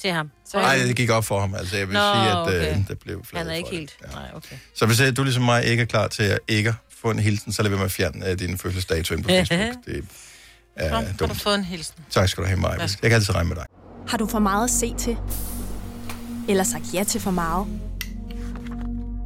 B: til ham? Så
A: Nej, det gik op for ham. Altså, jeg vil
B: Nå,
A: sige, at okay.
B: okay.
A: øh, det blev flad.
B: Han er ikke helt... Nej, okay.
A: Så hvis øh, du ligesom mig ikke er klar til at ikke at få en hilsen, så lad være med at fjerne øh, din fødselsdato ind på Facebook. Det
C: Nå,
A: er
C: har du
A: dumt.
C: fået en hilsen.
A: Tak skal du have, Maja. Jeg kan altid regne med dig.
I: Har du for meget at se til? Eller sagt ja til for meget?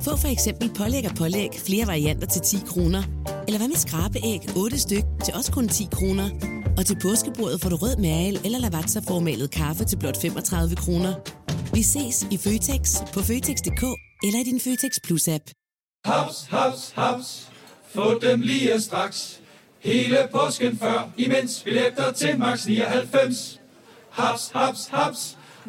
L: Få for eksempel pålæg og pålæg flere varianter til 10 kroner. Eller hvad med skrabeæg 8 styk til også kun 10 kroner. Og til påskebordet får du rød mal eller lavatserformalet kaffe til blot 35 kroner. Vi ses i Føtex på Føtex.dk eller i din Føtex Plus-app.
M: Haps, haps, haps. Få dem lige straks. Hele påsken før, imens vi læfter til max 99. Haps, haps, haps.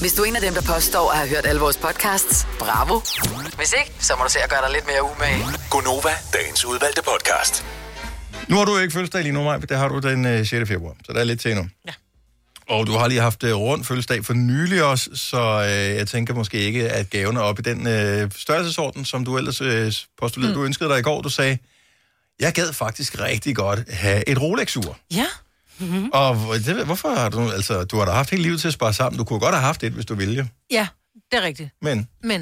E: Hvis du er en af dem, der påstår at have hørt alle vores podcasts, bravo. Hvis ikke, så må du se at gøre dig lidt mere umage.
F: Gonova, dagens udvalgte podcast.
A: Nu har du jo ikke fødselsdag lige nu, Maja, det har du den øh, 6. februar, så der er lidt til endnu. Ja. Og du har lige haft øh, rundt fødselsdag for nylig også, så øh, jeg tænker måske ikke, at gaven er oppe i den øh, størrelsesorden, som du ellers øh, postulerede, mm. du ønskede dig i går. Du sagde, jeg gad faktisk rigtig godt have et Rolex-ur.
C: Ja. Mm-hmm.
A: Og hvor- det, hvorfor har du, altså, du har da haft hele livet til at spare sammen. Du kunne godt have haft et, hvis du ville.
C: Ja, det er rigtigt.
A: Men
C: Men,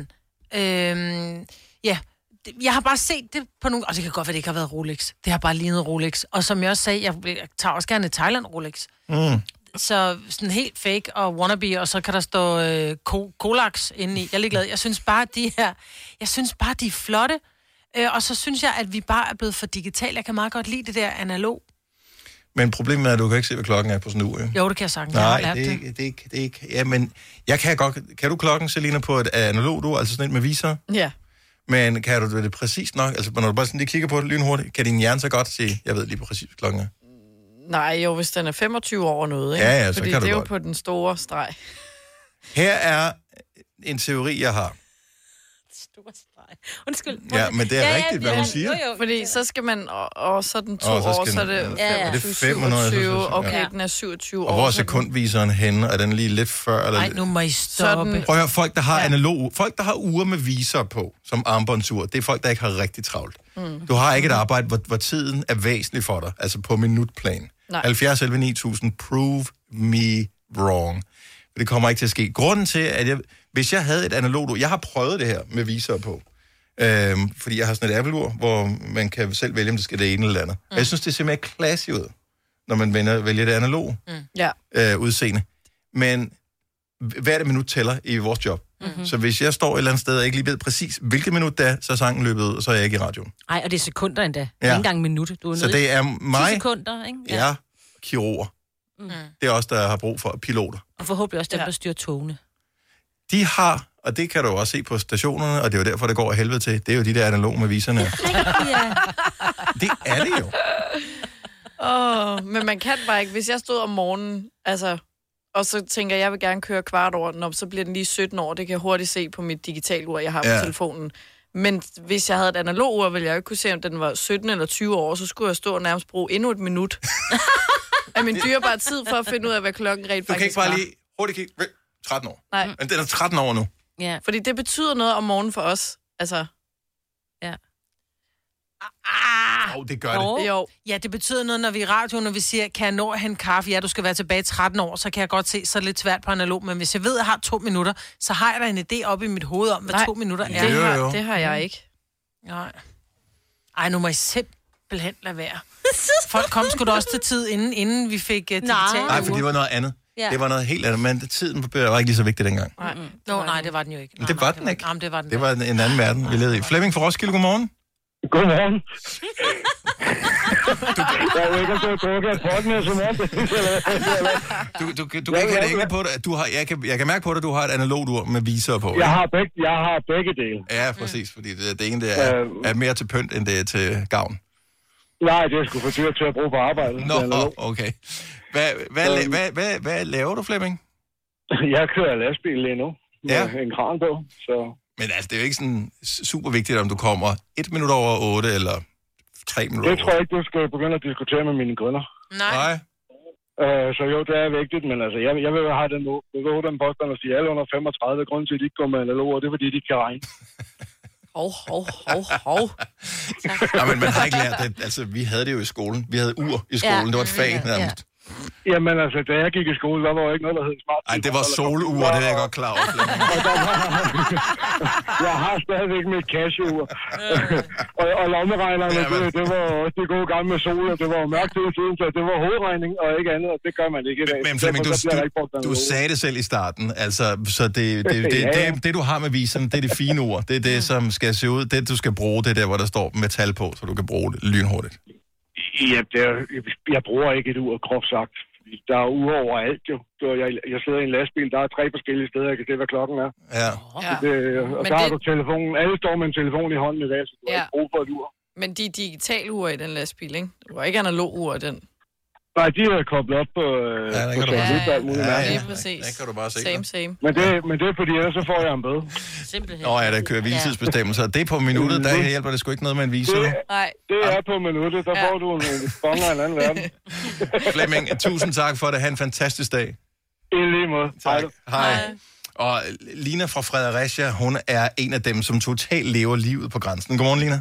C: øhm, ja, det- jeg har bare set det på nogle... Og det kan godt være, det ikke har været Rolex. Det har bare lignet Rolex. Og som jeg også sagde, jeg, jeg tager også gerne et Thailand Rolex.
A: Mm.
C: Så sådan helt fake og wannabe, og så kan der stå øh, ko- Kolax indeni. Jeg er ligeglad. Jeg synes bare, de her... Jeg synes bare, de er flotte. Øh, og så synes jeg, at vi bare er blevet for digitale. Jeg kan meget godt lide det der analog.
A: Men problemet er, at du kan ikke se, hvad klokken er på sådan en uge.
C: Jo, det kan jeg sagtens. Jeg har
A: Nej,
C: lært
A: det, er
C: det.
A: ikke- det, er ikke- det er ikke... Ja, men jeg kan godt... Kan du klokken, Selina, på et analogt ur, altså sådan et med viser?
D: Ja.
A: Men kan du det præcis nok? Altså, når du bare sådan lige kigger på det lynhurtigt, kan din hjerne så godt sige, jeg ved lige præcis, hvad klokken er?
D: Nej, jo, hvis den er 25 over noget, ikke?
A: Ja, ja, så
D: Fordi
A: kan du
D: det er
A: godt.
D: jo på den store streg.
A: Her er en teori, jeg har.
B: Undskyld.
A: Ja, men det er rigtigt, hvad hun siger.
D: Jo, jo, fordi så skal man, og, og så den to
A: Og så
D: år,
A: skal
D: så er
A: den-
D: det
A: Ja, ja. Er det 500, jeg synes,
D: 27,
A: jeg synes,
D: okay,
A: ja.
D: den er 27
A: Og
D: år.
A: hvor er
D: så den-
A: sekundviseren henne? Er den lige lidt før? Eller...
C: Nej, nu må I stoppe.
A: Prøv at høre, folk, der har analog, folk, der har uger med viser på, som armbåndsur, det er folk, der ikke har rigtig travlt. Mm. Du har ikke et arbejde, hvor, hvor tiden er væsentlig for dig, altså på minutplan.
N: Nej.
A: 70 11 9000, prove me wrong. For Det kommer ikke til at ske. Grunden til, at jeg, hvis jeg havde et analogt ur, jeg har prøvet det her med viser på, øhm, fordi jeg har sådan et Apple-ur, hvor man kan selv vælge, om det skal det ene eller det andet. Mm. Jeg synes, det ser mere classy ud, når man vender, vælger det analoge
D: Ja.
A: øh, udseende. Men hvert minut tæller i vores job.
B: Mhm.
A: Mm-hmm. Så hvis jeg står et eller andet sted og ikke lige ved præcis, hvilket minut det er, så er sangen løbet ud, og så er jeg ikke i radioen.
B: Nej, og det er sekunder endda. Ja.
A: Ja.
B: Ikke engang minut. Du er
A: Så
B: nede i
A: det er
B: 10
A: mig.
B: sekunder, ikke?
A: Ja. Jeg er kirurger.
B: Mm.
A: Det er os, der har brug for piloter.
B: Og forhåbentlig også dem, der styrer togene.
A: De har, og det kan du også se på stationerne, og det er jo derfor, det går af helvede til, det er jo de der analoge med viserne.
B: ja.
A: Det er det jo.
D: Åh, men man kan bare ikke. Hvis jeg stod om morgenen, altså, og så tænker jeg, jeg vil gerne køre kvart over den op, så bliver den lige 17 år. Det kan jeg hurtigt se på mit digitale ur, jeg har
A: Ja.
D: på telefonen. Men hvis jeg havde et analog ur, ville jeg jo ikke kunne se, om den var 17 eller 20 år, så skulle jeg stå og nærmest bruge endnu et minut af min dyrebare tid for at finde ud af, hvad klokken rent
A: Du kan ikke
D: faktisk
A: bare
D: var.
A: lige hurtigt kigge. Hvem? 13 år.
D: Nej.
A: Men den er 13 år nu.
B: Ja.
D: Fordi det betyder noget om morgenen for os. Altså,
B: Ah.
A: Åh, oh, det gør det.
C: Jo. Ja, det betyder noget, når vi er i radioen, når vi siger, kan jeg nå at hente kaffe? Ja, du skal være tilbage i 13 år, så kan jeg godt se, så er det lidt svært på analog. Men hvis jeg ved, at jeg har to minutter, så har jeg da en idé op i mit hoved om, hvad Nej, to minutter er.
D: det har- Jo, jo. det har jeg ikke.
C: Nej. Ej, nu må I simpelthen lade være. Folk kom sgu da også til tid, inden, inden vi fik uh, digitale
A: Nej, for det var noget andet.
C: Ja.
A: Det var noget helt andet, men tiden var ikke lige så vigtig dengang.
C: Nej, Nå, nej, det var den jo ikke.
A: Men det var den ikke.
C: Jamen, det var den.
A: Det var en, en anden verden, vi levede i. Flemming fra Roskilde, godmorgen. Godmorgen.
O: Jeg er jo ikke gået på, jeg får den her som om.
A: Du, du, du, du kan ikke have det ægte på dig. Du har, jeg, kan, jeg kan mærke på dig, at du har et analogt ur med viser på.
O: Jeg
A: ikke?
O: har begge, jeg har begge dele.
A: Ja, præcis, fordi det, det ene det er,
O: Øhm.
A: er mere til pynt, end det er til gavn.
O: Nej, det er sgu for dyrt til at bruge på arbejde.
A: Nå, okay. Hvad, hvad,
O: Øhm.
A: la- hvad, hvad, hvad laver du, Flemming?
O: Jeg kører lastbil lige nu. Med
A: Ja.
O: en kran på, så...
A: Men altså, det er jo ikke sådan super vigtigt, om du kommer et minut over otte, eller tre minutter
O: Det
A: over
O: tror jeg ikke, du skal begynde at diskutere med mine kunder.
C: Nej.
A: Nej.
O: Øh, så jo, det er vigtigt, men altså, jeg, jeg vil jo have den, nu- jeg vil jo den påstand at sige, alle under 35, grunden til, at de ikke går med analoger, det er, fordi de ikke kan regne.
D: hov, hov, hov, hov.
A: Nej, men man har ikke lært det. Altså, vi havde det jo i skolen. Vi havde ur i skolen.
O: Ja.
A: Det var et fag
O: Ja.
A: nærmest.
O: Jamen altså, da jeg gik i skole, der var jo ikke noget, der hed smart.
A: Ej, det var solure, det er jeg godt klar over. Flemming.
O: Jeg har stadigvæk mit cashur. og, og lommeregnerne, Øh. ja, det, det, var også de gode gamle sol, og det var jo mørkt hele tiden, så det var hovedregning og ikke andet, og det gør man ikke i dag.
A: Men Flemming, du,
O: Derfor, der bliver der ikke brugt
A: du,
O: den
A: du
O: logo.
A: sagde det selv i starten, altså, så det, det, det, det,
O: Ja, ja.
A: det, det du har med viserne, det er det fine ord. Det er det, som skal se ud. Det, du skal bruge, det er der, hvor der står metal på, så du kan bruge det lynhurtigt.
O: Ja, det er, jeg bruger ikke et ur, groft sagt. Der er uger overalt, jo. Du, jeg, jeg sidder i en lastbil, der er tre forskellige steder, jeg kan se, hvad klokken er.
A: Ja.
O: Så Det, og
D: Men
O: der det... har
D: det-
O: du telefonen. Alle står med en telefon i hånden i dag, så du ja. har
D: Ja.
O: ikke brug for et ur.
D: Men de er digitale ure i den lastbil, ikke? Det var ikke analog ure i den.
O: Nej, de er koblet op på, øh, ja, på
D: kan du bare-
O: satellit og alt muligt
D: Ja, ja,
O: mærkeligt.
D: lige præcis. Den kan du bare se. Same, same.
O: Men det, men det er fordi, ellers så får jeg en bøde.
B: Simpelthen.
A: Nå ja, der kører hviletidsbestemmelser. Det er på minuttet,
O: Mm.
A: der hjælper det sgu ikke noget med en viser. du.
D: Nej.
O: Det er på minuttet, der ja. får du en en bonger i en anden verden.
A: Flemming, tusind tak for det. Ha' en fantastisk dag.
O: I lige måde.
A: Tak. Hej. Hej. Og Lina fra Fredericia, hun er en af dem, som totalt lever livet på grænsen. Godmorgen, Lina.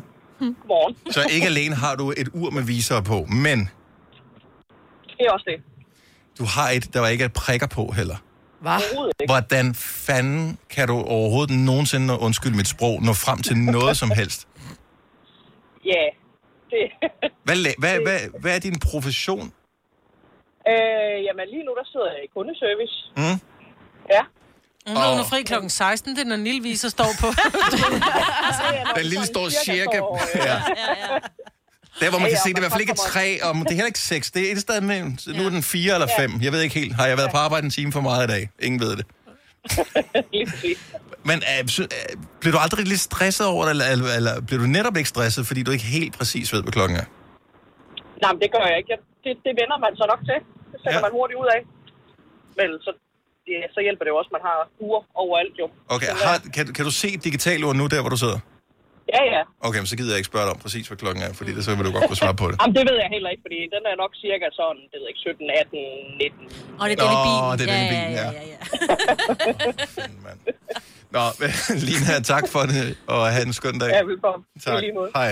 N: Morgen.
A: Så ikke alene har du et ur med visere på, men
N: Det er også det.
A: du har et, der ikke er prikker på heller.
N: Hvad?
A: Hvordan fanden kan du overhovedet nogensinde, nå- undskyld mit sprog, nå frem til noget som helst?
N: Ja, det...
A: Hvad, la- hvad, hvad, hvad er din profession?
N: Øh, jamen, lige nu der sidder jeg i kundeservice.
A: Mm?
N: Ja.
C: Hun er under fri klokken 16, det er, når Nil viser står på.
A: Den lille står cirka...
N: øh,
A: Ja. Der, hvor man
C: Ja,
A: kan
C: ja,
A: se, det er i
C: man
A: hvert fald ikke
C: kommer-
A: tre, og det er heller ikke seks. Det er et sted mellem. Nu er den fire eller fem. Jeg ved ikke helt. Har jeg været på arbejde en time for meget i dag? Ingen ved det. Men øh, sy- øh, bliver du aldrig lidt stresset over det, eller, eller, eller bliver du netop ikke stresset, fordi du ikke helt præcis ved, hvad klokken er?
N: Nej, men det gør jeg ikke. Jeg, det, det vender man så nok til. Det sætter
A: Ja.
N: ja. man hurtigt ud af. Men så, ja, så hjælper det jo også, at man har uger overalt jo.
A: Okay, har, kan, kan du se et digitalt ur nu, der hvor du sidder?
N: øh, Ja, ja.
A: Okay, men så gider jeg ikke spørge dig om præcis, hvad klokken er, fordi det, så vil du godt kunne svare på det.
N: Jamen, det ved jeg heller ikke, fordi den er nok cirka sådan, det ved jeg ikke, 17, 18, 19.
B: Og det er
A: Nå,
B: den i bilen.
A: det er den i bilen, ja. Nå, Lina, tak for det, og have en skøn dag.
N: Ja, velkommen. I
A: Tak.
N: lige måde.
A: Hej.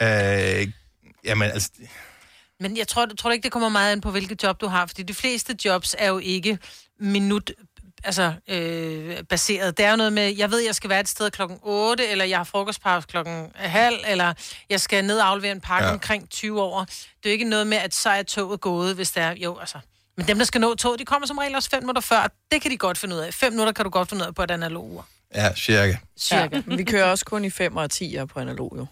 C: Hej.
A: Øh, jamen, altså,
C: Men jeg tror, tror du ikke, det kommer meget an på, hvilket job du har, fordi de fleste jobs er jo ikke minut altså, øh, baseret. Det er jo noget med, jeg ved, jeg skal være et sted klokken 8, eller jeg har frokostpause klokken halv, eller jeg skal ned og aflevere en pakke
P: Ja.
C: ja. omkring 20 år. Det er jo ikke noget med, at så er toget gået, hvis det er... Jo, altså. Men dem, der skal nå toget, de kommer som regel også 5 minutter før, og det kan de godt finde ud af. 5 minutter kan du godt finde ud af på et analog ur.
A: ja, cirka.
C: Cirka.
D: Ja. Men vi kører også kun i 5 og 10 på analog, jo.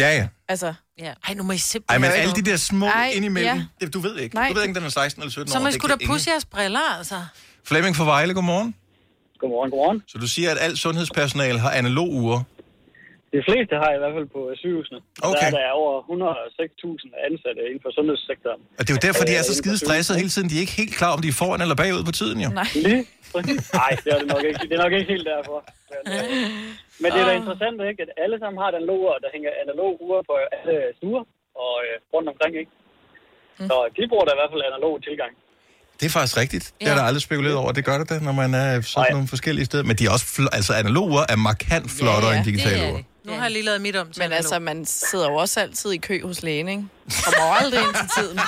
A: Ja, ja.
D: Altså.
C: Ja. Ej, nu må I
A: Ej,
C: simpelthen...
A: men
C: høre
A: alle de
C: noget.
A: der små Ej,
C: Ej,
A: indimellem,
C: ja.
A: det, du ved ikke. Nej.
C: Nej.
A: Du ved ikke, den er 16 eller 17
C: Så
A: år.
C: man
A: det
C: skulle da
A: kan
C: pusse
A: ingen-
C: jeres briller, altså.
A: Flemming fra Vejle, godmorgen.
Q: Godmorgen, godmorgen.
A: Så du siger, at alt sundhedspersonale har analog ure.
Q: De fleste har jeg i hvert fald på sygehusene.
A: Okay.
Q: Der er der over 106.000 ansatte inden for sundhedssektoren.
A: Og det er jo derfor, de er så
Q: Øh,
A: skide stressede hele tiden. De er ikke helt klar, om de er foran eller bagud på tiden, jo.
Q: Nej. Lige præcis. Nej, det er det nok ikke. Det er nok ikke helt derfor. Men det er da interessant, ikke, at alle sammen har den lover, der hænger analog uger på alle stuer og øh, rundt omkring, ikke?
P: Mm.
Q: Så de bruger da i hvert fald analog tilgang.
A: Det er faktisk rigtigt. Det har der aldrig spekuleret over. Det gør det da, når man er sådan nogle forskellige steder. Men de er også fl- altså analog ure er markant flottere ja, ja. end digitale ure.
C: Nu har jeg lige lavet mit om til
D: Men altså, man sidder jo også altid i kø hos lægen, ikke? Kommer jo aldrig ind til tiden.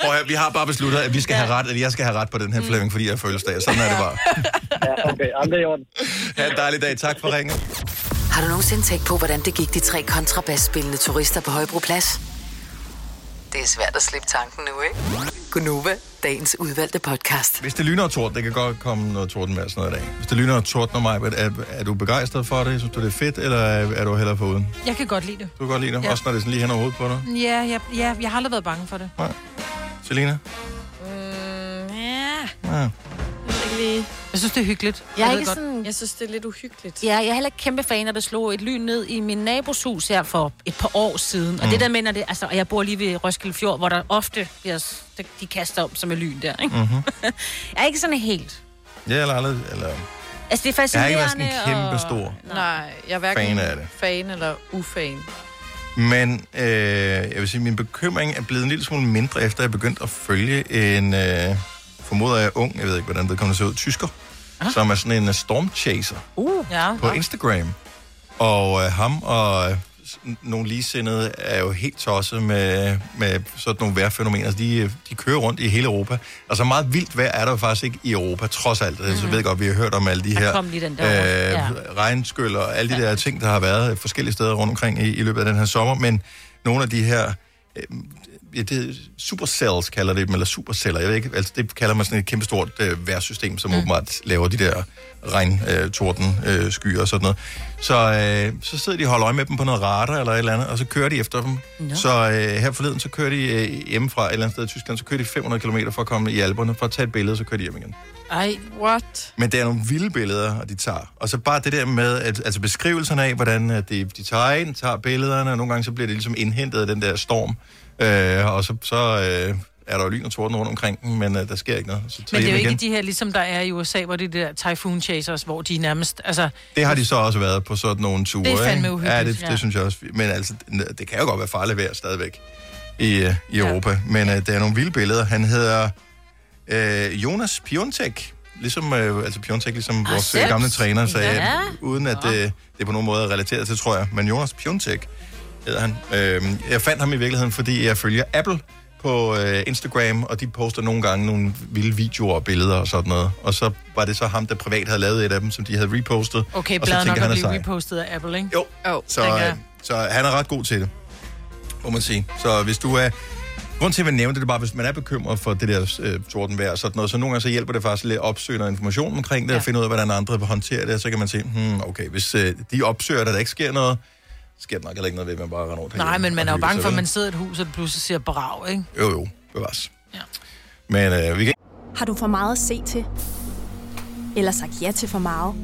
A: Prøv at høre, vi har bare besluttet, at vi skal have ret, at jeg skal have ret på den her Flemming, fordi jeg er fødselsdag. Sådan er det bare.
Q: Ja, okay. Jamen, det er i orden.
A: Ha' en dejlig dag. Tak for ringen.
E: Har du nogensinde tænkt på, hvordan det gik de tre kontrabasspillende turister på Højbroplads? Det er svært at slippe tanken nu, ikke? Gunova, dagens udvalgte podcast.
A: Hvis det lyner og torden, det kan godt komme noget torden med og sådan noget i dag. Hvis det lyner og torden mig, er, er du begejstret for det? Synes du, det er fedt, eller er, er du hellere foruden?
C: Jeg kan godt lide det.
A: Du kan godt lide det, ja.
C: Ja.
A: også når det er sådan lige hen over hovedet på dig.
C: Ja, ja, ja, jeg har aldrig været bange for det.
A: Selina?
D: Ja.
A: Ja.
C: Jeg synes, det er hyggeligt.
B: Jeg er
C: ved
B: ikke
C: godt-
B: sådan...
D: Jeg synes, det er lidt uhyggeligt.
B: Ja, jeg er heller ikke kæmpe fan, når der slog et lyn ned i min nabos hus her for et par år siden. Mm. Og
A: Mm.
B: det der mener det, altså, og jeg bor lige ved Roskilde Fjord, hvor der ofte bliver, s- de- de kaster om som et lyn der, ikke?
A: Mhm.
B: Jeg er ikke sådan helt.
A: Ja, eller aldrig, eller...
B: Altså, det er
A: Jeg har
B: fascinerende.
A: ikke været sådan en kæmpe stor
D: Nej, jeg er hverken
A: fan af det.
D: fan eller ufan.
A: Men øh, jeg vil sige, min bekymring er blevet en lille smule mindre, efter jeg begyndte at følge en, øh, formoder jeg ung, jeg ved ikke, hvordan det kommer til at se ud, tysker, ah. som er sådan en øh, stormchaser.
B: Uh.
C: Ja.
A: på Instagram. Og øh, ham og øh, n- nogle ligesindede er jo helt tosset med, med sådan nogle vejrfænomener. Altså, de, øh, de kører rundt i hele Europa. Altså meget vildt vejr er der jo faktisk ikke i Europa, trods alt. Altså, mm. ved jeg godt, vi har hørt om alle de
B: Mhm. Der
A: her øh,
B: kom lige den der over. Ja.
A: regnskyld og alle de der ting, der har været øh, forskellige steder rundt omkring i, i løbet af den her sommer. Men nogle af de her... Øh, ja, det, supercells kalder det dem, eller superceller. Jeg ved ikke, altså, det kalder man sådan et kæmpestort øh, værsystem, som mm. åbenbart laver de der regn, øh, torden, øh, skyer og sådan noget. Så, øh, så sidder de og holder øje med dem på noget radar eller et eller andet, og så kører de efter dem. No. Så øh, her forleden, så kører de øh, hjemmefra et eller andet sted i Tyskland, så kører de 500 km for at komme i alberne, for at tage et billede, så kører de hjem igen.
C: Ej, what?
A: Men det er nogle vilde billeder, og de tager. Og så bare det der med, at, altså beskrivelserne af, hvordan at de, de tager ind, tager billederne, og nogle gange så bliver det ligesom indhentet af den der storm. Øh, og så, så øh, er der jo lyn og torden rundt omkring dem, men øh, der sker ikke noget. Så tager
C: Men det er
A: hjem
C: jo ikke
A: igen.
C: de her, ligesom der er i USA, hvor det er de der typhoon chasers, hvor de nærmest, altså...
A: Det har de så også været på sådan nogle ture.
C: Det er fandme
A: ikke?
C: uhyggeligt,
A: Ja, det,
C: ja.
A: det synes jeg også. Men altså, det kan jo godt være farligt vejr stadigvæk i, øh, i Europa. Men øh, der er nogle vilde billeder. Han hedder øh, Jonas Piontek. Ligesom, øh, altså Piontek, ligesom
P: Ah,
A: ah, vores
P: selv.
A: selv. gamle træner sagde,
P: Ja.
A: ja. uden at øh, det er på nogen måde er relateret til, tror jeg. Men Jonas Piontek hedder han. Øh, jeg fandt ham i virkeligheden, fordi jeg følger Apple på øh, Instagram, og de poster nogle gange nogle vilde videoer og billeder og sådan noget. Og så var det så ham, der privat havde lavet et af dem, som de havde repostet.
C: Okay,
A: og så
C: bladet nok
A: tænker
C: at
A: han er
C: blive
A: sej.
C: repostet af Apple, ikke?
A: Jo.
C: Oh,
A: Så, øh, så han er ret god til det, må man sige. Så hvis du er... Grunden til, at man nævner det, det er bare, hvis man er bekymret for det der øh, tordenvejr og sådan noget, så nogle gange så hjælper det faktisk lidt at opsøge noget information omkring det, ja. og finde ud af, hvordan andre håndterer det, og så kan man se, hmm, okay, hvis øh, de opsøger det, og der ikke sker noget, sker der nok heller ikke noget ved, at man bare render rundt
C: Nej,
A: herhjemme
C: men man er
A: og
C: jo
A: hygger
C: bange
A: sig,
C: for, at
A: vel?
C: man sidder i et hus, og det pludselig siger brav, ikke?
A: Jo, jo, bevares. Ja. Men øh, vi kan
I: Har du for meget at se til? Eller sagt ja til for meget?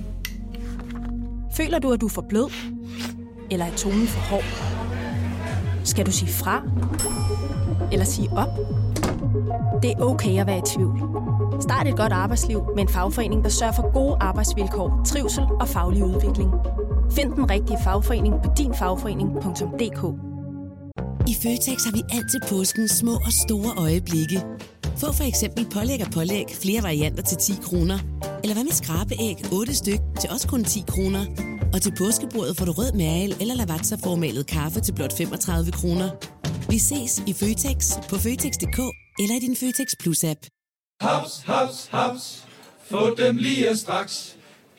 I: Føler du, at du er for blød? Eller er tonen for hård? Skal du sige fra? Eller sige op? Det er okay at være i tvivl. Start et godt arbejdsliv med en fagforening, der sørger for gode arbejdsvilkår, trivsel og faglig udvikling. Find den rigtige fagforening på dinfagforening.dk.
L: I Føtex har vi altid påskens små og store øjeblikke. Få for eksempel pålæg og pålæg flere varianter til 10 kroner. Eller hvad med skrabeæg 8 styk til også kun 10 kroner. Og til påskebordet får du rød mal eller lavatserformalet kaffe til blot 35 kroner. Vi ses i Føtex på Føtex.dk eller i din Føtex Plus-app.
M: Haps, haps, haps. Få dem lige straks.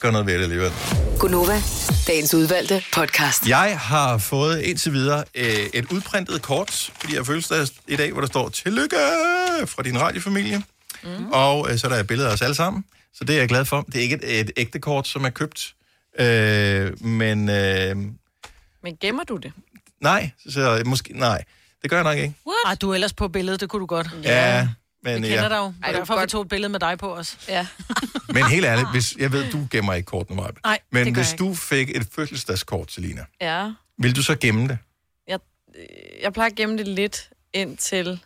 A: gøre noget ved det alligevel.
E: Gunova, dagens udvalgte podcast.
A: Jeg har fået indtil videre øh, et udprintet kort, fordi jeg føles der i dag, hvor der står, tillykke fra din radiofamilie. Mm. Og øh, så er der et billede af os alle sammen, så det er jeg glad for. Det er ikke et, et ægte kort, som er købt, øh, men øh,
D: Men gemmer du det?
A: nej, så måske, nej, det gør jeg nok ikke.
C: What? Ej, du er ellers på billedet, det kunne du godt.
A: Ja, men,
C: Men,
A: det
C: kender
A: ja.
C: dig jo. Ej, derfor vi tog et billede med dig på os.
D: Ja.
A: men helt ærligt, hvis, jeg ved, du gemmer ikke kortene, Maja.
D: Nej, det
A: Men
D: gør
A: hvis
D: jeg ikke.
A: du fik et fødselsdagskort, Selina,
D: Ja.
A: vil du så gemme det?
D: Jeg, øh, jeg plejer at gemme det lidt indtil,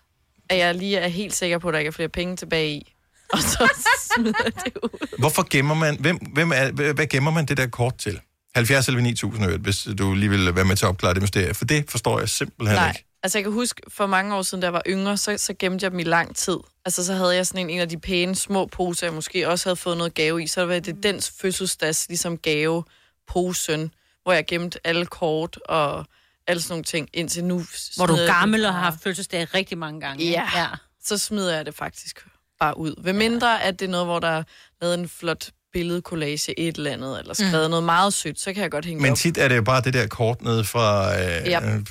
D: at jeg lige er helt sikker på, at der ikke er flere penge tilbage i. Og så smider jeg det ud.
A: Hvorfor gemmer man, hvem, hvem er, hvad hvad gemmer man det der kort til? 70 eller 9000 øvrigt, hvis du lige vil være med til at opklare det mysterie, for det forstår jeg simpelthen
D: Nej.
A: ikke.
D: Altså, jeg kan huske, for mange år siden, da jeg var yngre, så, så gemte jeg dem i lang tid. Altså, så havde jeg sådan en, en af de pæne små poser, jeg måske også havde fået noget gave i. Så var det dens fødselsdags ligesom gave posen, hvor jeg gemte alle kort og alle sådan nogle ting indtil nu.
B: Hvor du
D: smider
B: er
D: jeg
B: gammel
D: det
B: og har
D: bare.
B: haft fødselsdag rigtig mange gange. ikke?
D: Ja.
B: ja.
D: ja. Så smider jeg det faktisk bare ud. Ved mindre, at det er noget, hvor der er lavet en flot billedkollage et eller andet, eller skrevet mm. noget meget sødt, så kan jeg godt hænge det
A: Men
D: op.
A: tit er det jo bare det der kort nede fra øh,
D: Yep.
A: yep.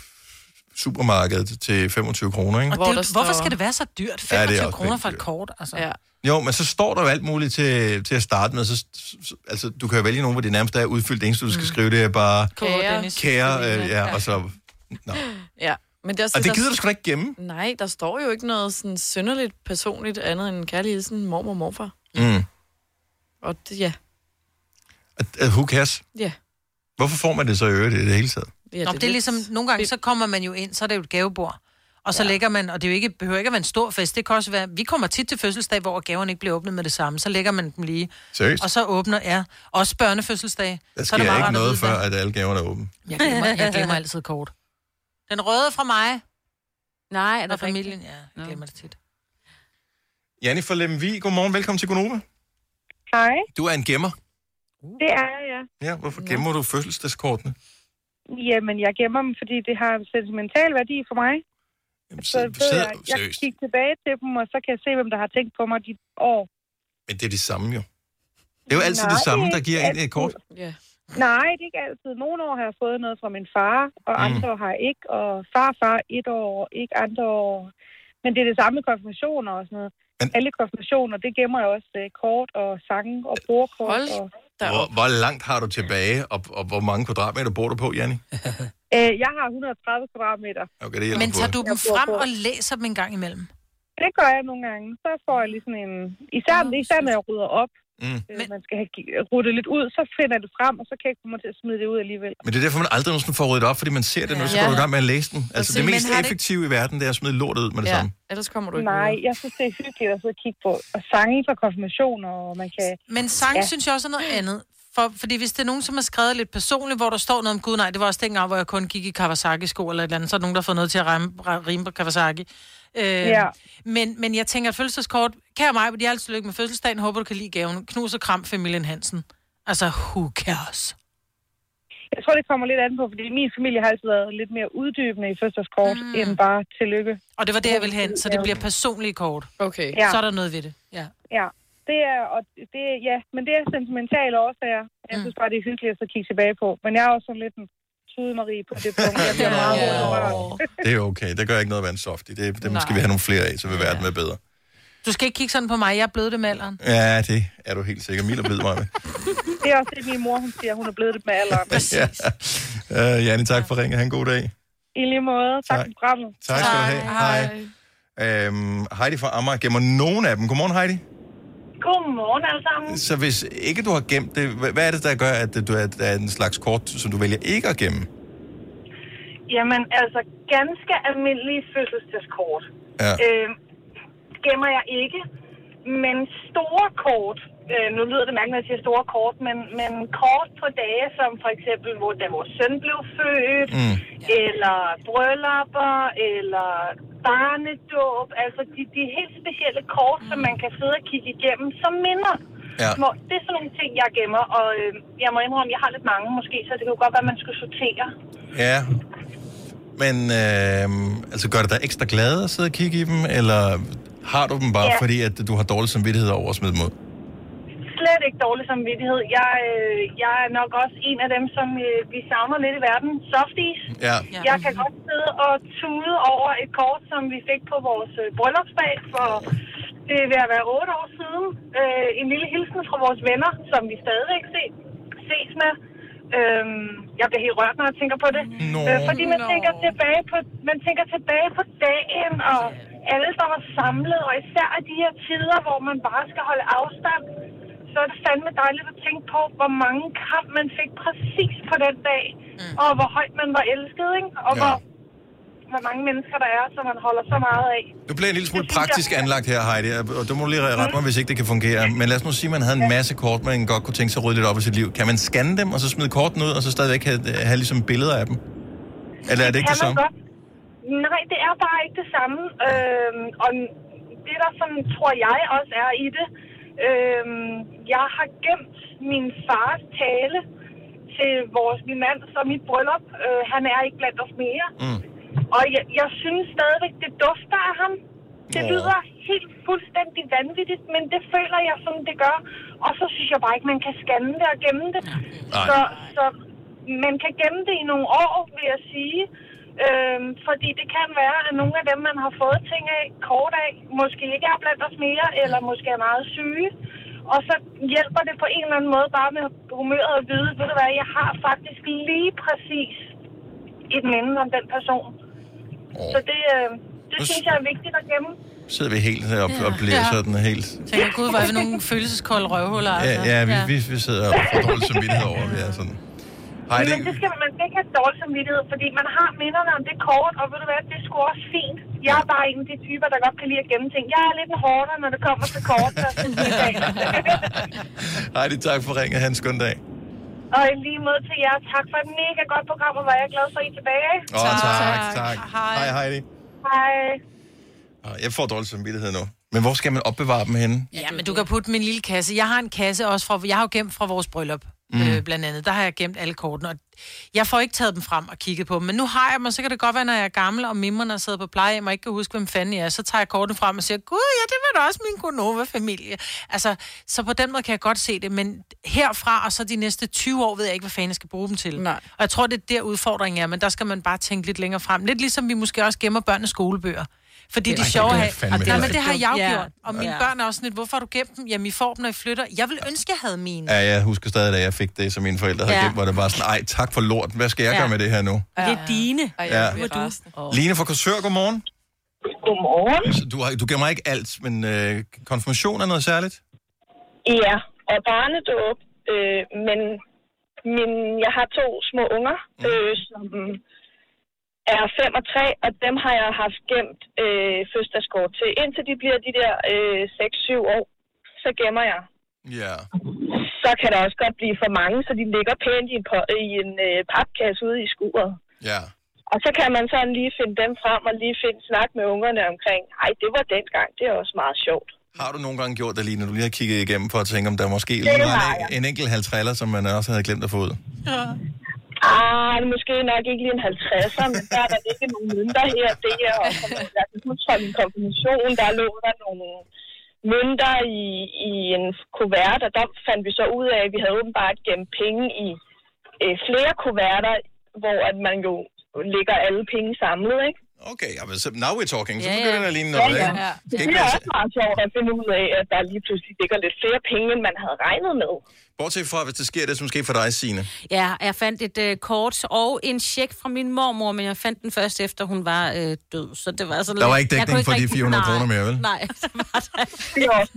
A: supermarkedet til 25 kroner, ikke?
C: Og det, er jo- hvorfor skal det være så dyrt?
A: Ja, det er
C: 25 ja,
A: også
C: kroner
A: pænt
C: for et kort, altså.
D: Ja.
A: Jo, men så står der jo alt muligt til, til at starte med. Så, så- altså, du kan jo vælge nogen, hvor det nærmest er udfyldt. Det eneste, du skal skrive, det er bare...
D: Kære Dennis.
A: Kære, øh,
D: Selina.
A: ja, og så...
D: Ja, men det er også
A: Og det
D: der-
A: gider du sgu da ikke gemme.
D: Nej, der står jo ikke noget sådan synderligt personligt andet end kærlig hilsen, mormor og morfar.
A: Mm.
D: Og det, ja,
A: Uh, who cares?
D: ja.
A: Hvorfor får man det så i øvrigt i det hele taget?
C: Ja, det, Nå, men det er ligesom, nogle gange så kommer man jo ind, så er det jo et gavebord. Og så ja. lægger man, og det er jo ikke, behøver ikke at være en stor fest, det kan også være, vi kommer tit til fødselsdag, hvor gaverne ikke bliver åbnet med det samme, så lægger man dem lige.
A: Seriøst?
C: Og så åbner, ja, også børnefødselsdag.
A: Der
C: så er det
A: sker
C: meget
A: ikke
C: rart at
A: noget,
C: vide,
A: før
C: hvad-
A: at alle gaverne er åbne.
C: Jeg glemmer, jeg glemmer altid kort. Den røde er fra mig.
B: Nej, er
C: der familien? Ja, jeg glemmer det tit.
A: Janni fra Lemvi, godmorgen, velkommen til Gonova.
P: Hej,
A: Du er en gemmer.
P: det er jeg, ja.
A: Ja, hvorfor gemmer du fødselsdagskortene?
P: Jamen, jeg gemmer dem, fordi det har en sentimental værdi for mig.
A: Jamen,
P: så ved
A: sidder-
P: jeg, jeg kan
A: seriøst?
P: kigge tilbage til dem, og så kan jeg se, hvem der har tænkt på mig de år.
A: Men det er det samme jo. Det er jo altid
P: Nej,
A: det samme,
P: det er
A: der giver
P: ikke
A: en et kort.
P: Ja. Nej, det er ikke altid. Nogle år har jeg fået noget fra min far, og
A: Mm.
P: andre år har jeg ikke. Og farfar et år, ikke andre år. Men det er det samme med konfirmationer og sådan noget.
A: Men...
P: Alle konfirmationer, det gemmer jeg også øh, kort og sange og bordkort. og...
A: Hvor, hvor langt har du tilbage, og, og hvor mange kvadratmeter bor du på, Janni?
P: Øh, jeg har 130 kvadratmeter.
A: Okay, det hjælper
C: Men
A: på
C: tager
A: det.
C: du dem
P: Jeg bor
C: frem
P: på-
C: og læser dem en gang imellem?
P: Det gør jeg nogle gange. Så får jeg lige sådan en... Især, især når jeg rydder op,
A: Mm.
P: øh, man skal have gi- ryddet lidt ud, så finder jeg det frem, og så kan jeg ikke komme til at smide det ud alligevel.
A: Men det er derfor, man aldrig nogensinde får ryddet op, fordi man ser det, nu så
P: Ja.
A: går du i gang med at læse den. Altså,
P: Præcis.
A: det
P: Men
A: mest
P: har det ikke-
A: effektive i verden, det er at smide lortet ud med det samme.
P: ellers kommer du ikke Nej, jeg synes, det er hyggeligt at sidde og kigge på og sange fra konfirmationer, og man kan...
C: Men sang ja. synes jeg også er noget andet. For, fordi hvis det er nogen, som har skrevet lidt personligt, hvor der står noget om, gud nej, det var også dengang, hvor jeg kun gik i Kawasaki-sko eller et eller andet, så er der nogen, der har fået noget til at rime, rime på Kawasaki. Øh,
P: Ja.
C: men, men jeg tænker, at fødselskort, kære mig, jeg altid lykke med fødselsdagen, håber du kan lide gaven. Knus og kram, familien Hansen. Altså, who cares?
P: Jeg tror, det kommer lidt an på, fordi min familie har altid været lidt mere uddybende i fødselskort, mm. end bare tillykke.
C: Og det var det, jeg ville hen, så det bliver personlige kort.
P: Okay.
C: Ja. Så er der noget ved det. Ja.
P: Ja, det er, og det, er- ja, men det er sentimentale årsager. Jeg synes bare, det er hyggeligt at så kigge tilbage på. Men jeg er også sådan lidt en tudemarie på det punkt. Jeg bliver meget yeah.
A: Det er okay. Det gør ikke noget at være en softie. Det, det skal vi have nogle flere af, så vil verden være bedre.
C: Du skal ikke kigge sådan på mig, jeg er blevet det med alderen.
A: Ja, det er du helt sikker. Mila ved mig med.
P: Det er også det, min mor hun siger, hun er blevet det med alderen.
A: ja. Uh, Janne, tak for ringet. Ha' en god dag.
P: I lige måde. Tak,
A: Tak.
P: for programmet.
A: Tak skal du have. Hej. Øhm, Heidi fra Amager gemmer nogen af dem. Godmorgen, Heidi.
R: Godmorgen alle sammen.
A: Så hvis ikke du har gemt det, hva- hvad er det, der gør, at øh, du er, der er en slags kort, som du vælger ikke at gemme?
R: Jamen, altså, ganske almindelige fødselsdagskort.
A: Ja.
R: Øh, gemmer jeg ikke, men store kort, øh, nu lyder det mærkeligt, når jeg siger store kort, men, men kort på dage, som for eksempel, hvor da vores søn blev født, mm. eller bryllupper, eller barnedåb, altså de, de helt specielle kort, som man kan sidde og kigge igennem, som minder.
A: Ja.
R: Små, det er sådan nogle ting, jeg gemmer, og øh, jeg må indrømme, jeg har lidt mange måske, så det kan jo godt være, at man skulle sortere.
A: Ja. Men øh, altså, gør det dig ekstra glad at sidde og kigge i dem, eller har du dem bare,
R: Ja.
A: ja. fordi at du har dårlig samvittighed over at smide dem ud?
R: slet ikke dårlig samvittighed. Jeg, øh, jeg er nok også en af dem, som øh, vi savner lidt i verden. Softies.
A: Ja.
R: Jeg kan godt sidde og tude over et kort, som vi fik på vores øh, bryllupsdag for det er ved at være otte år siden. Øh, en lille hilsen fra vores venner, som vi stadigvæk se, ses med. Øhm, jeg bliver helt rørt, når jeg tænker på det.
A: Nå.
R: Øh, fordi man tænker, tilbage på, man tænker tilbage på dagen, og alle, der var samlet, og især i de her tider, hvor man bare skal holde afstand, så er det fandme dejligt at tænke på, hvor mange kamp man fik præcis på den dag, mm. og hvor højt man var elsket, ikke? og ja. hvor, hvor mange mennesker der er, som man holder så meget af.
A: Du bliver en lille smule praktisk anlagt her, Heidi, og du må du lige
R: Mm.
A: rette mig, hvis ikke det kan fungere. Men lad os nu sige, at man havde en masse kort, man godt kunne tænke sig at rydde lidt op i sit liv. Kan man scanne dem, og så smide kortene ud, og så stadigvæk have, have ligesom billeder af dem? Eller er det ikke
R: kan
A: det
R: man
A: samme?
R: godt. Nej, det er bare ikke det samme. Øhm, og det, der sådan, tror jeg også er i det, øhm, jeg har gemt min fars tale til vores, min mand, så mit bryllup, øh, han er ikke blandt os mere.
A: Mm.
R: Og jeg, jeg synes stadigvæk, det dufter af ham. Det
A: Nå.
R: lyder helt fuldstændig vanvittigt, men det føler jeg, som det gør. Og så synes jeg bare ikke, man kan scanne det og gemme det.
A: Nej.
R: Så, så man kan gemme det i nogle år, vil jeg sige. Øhm, fordi det kan være, at nogle af dem, man har fået ting af kort af, måske ikke er blandt os mere, eller måske er meget syge. Og så hjælper det på en eller anden måde bare med humøret at vide, ved du hvad, jeg har faktisk lige præcis et minde om den person. Så det, øh, det synes jeg er vigtigt at gemme.
A: Sidder vi helt her og, og
C: Ja.
A: bliver
C: Ja.
A: sådan helt...
C: Tænker, gud, var vi nogle følelseskolde røvhuller?
A: Ja, ja, vi, vi, vi sidder og får dårlig samvittighed over, at vi er sådan. Hej, det,
R: Men det skal man ikke have dårlig samvittighed, fordi man har minderne om det kort, og ved du hvad, det er sgu også fint. Jeg er bare en af de typer, der godt kan lide at gemme ting. Jeg er lidt en hårdere, når det kommer til kort. Så sådan lidt af.
A: hej, det tak for ringet. Hans, skøn dag.
R: og i lige måde til jer, tak for et mega godt program, og hvor er jeg glad for, at I er tilbage.
A: Åh, tak, tak, tak. Hej, Heidi.
R: Hej.
A: Åh, Jeg får dårlig samvittighed nu. Men hvor skal man opbevare dem henne?
C: Ja, men du kan putte min lille kasse. Jeg har en kasse også fra, jeg har jo gemt fra vores bryllup,
A: Mm.
C: mm. øh, blandt andet. Der har jeg gemt alle kortene, og jeg får ikke taget dem frem og kigget på dem. Men nu har jeg dem, og så kan det godt være, når jeg er gammel, og mimmerne har siddet på plejehjem, og ikke kan huske, hvem fanden jeg er, så tager jeg kortene frem og siger, gud, ja, det var da også min Gonova-familie. Altså, så på den måde kan jeg godt se det, men herfra og så de næste 20 år, ved jeg ikke, hvad fanden jeg skal bruge dem til. Nej. Og jeg tror, det er der udfordringen er, men der skal man bare tænke lidt længere frem. Lidt ligesom vi måske også gemmer børnenes skolebøger. Fordi
B: Ej,
C: de
B: det
C: er sjove at
B: gør jeg
C: have.
B: fandme
C: Og det- Nej,
B: heller
C: men det
B: ikke.
C: har jeg jo
B: Ja.
C: gjort. Og mine
B: Ja.
C: børn er også sådan lidt, hvorfor har du gemt dem? Jamen, I får dem, når I flytter. Jeg vil ønske, jeg havde mine.
A: Ja, jeg husker stadig, da jeg fik det, som mine forældre havde
C: Ja.
A: gemt, hvor det var sådan, ej, tak for lort. Hvad skal jeg
C: Ja.
A: gøre med det her nu?
C: Ja. Det er dine.
A: Ej, jeg bliver
C: du.
A: Line fra Korsør, godmorgen.
R: Godmorgen.
A: Så du, har, du gemmer ikke alt, men øh, konfirmation er noget særligt?
R: Ja, og barnedåb, øh, men, men jeg har to små unger, øh, som er 5 og 3, og dem har jeg haft gemt øh, fødselskort til. Indtil de bliver de der øh, 6-7 år, så gemmer jeg.
A: Ja.
R: Så kan der også godt blive for mange, så de ligger pænt i en, po- i en øh, papkasse ude i skuret.
A: Ja.
R: Og så kan man sådan lige finde dem frem og lige finde snak med ungerne omkring, ej, det var dengang, det er også meget sjovt.
A: Har du nogle gange gjort det, Line, når du lige har kigget igennem for at tænke, om der måske
R: Det
A: lige
R: har
A: var en, en enkelt halvtræller, som man også havde glemt at få ud?
R: Ja. Ah, det er måske nok ikke lige en 50'er, men der er der ikke nogle mønter her og der, og som jeg kan huske fra min konfirmation, der lå der nogle mønter i, i en kuvert, og der fandt vi så ud af, at vi havde åbenbart gemt penge i øh, flere kuverter, hvor at man jo lægger alle penge samlet, ikke?
A: Okay, ja, men så now we're talking. Så
R: Ja, ja.
A: begynder det at ligne
R: Ja,
A: noget.
R: ja.
A: ikke?
R: Det
A: Skal ikke
R: bliver
A: være-
R: også meget sjovt at finde ud af, at der lige pludselig ligger lidt flere penge, end man havde regnet med.
A: Bortset fra, hvis det sker det, som sker for dig, Signe.
B: Ja, jeg fandt et øh, kort og en check fra min mormor, men jeg fandt den først efter, hun var øh, død. Så det var sådan
A: Der var
B: lidt-
A: ikke
B: jeg
A: dækning
B: kunne
A: for de
B: rigtig-
A: 400
B: nej,
A: kroner mere, vel?
B: Nej, det var der ikke.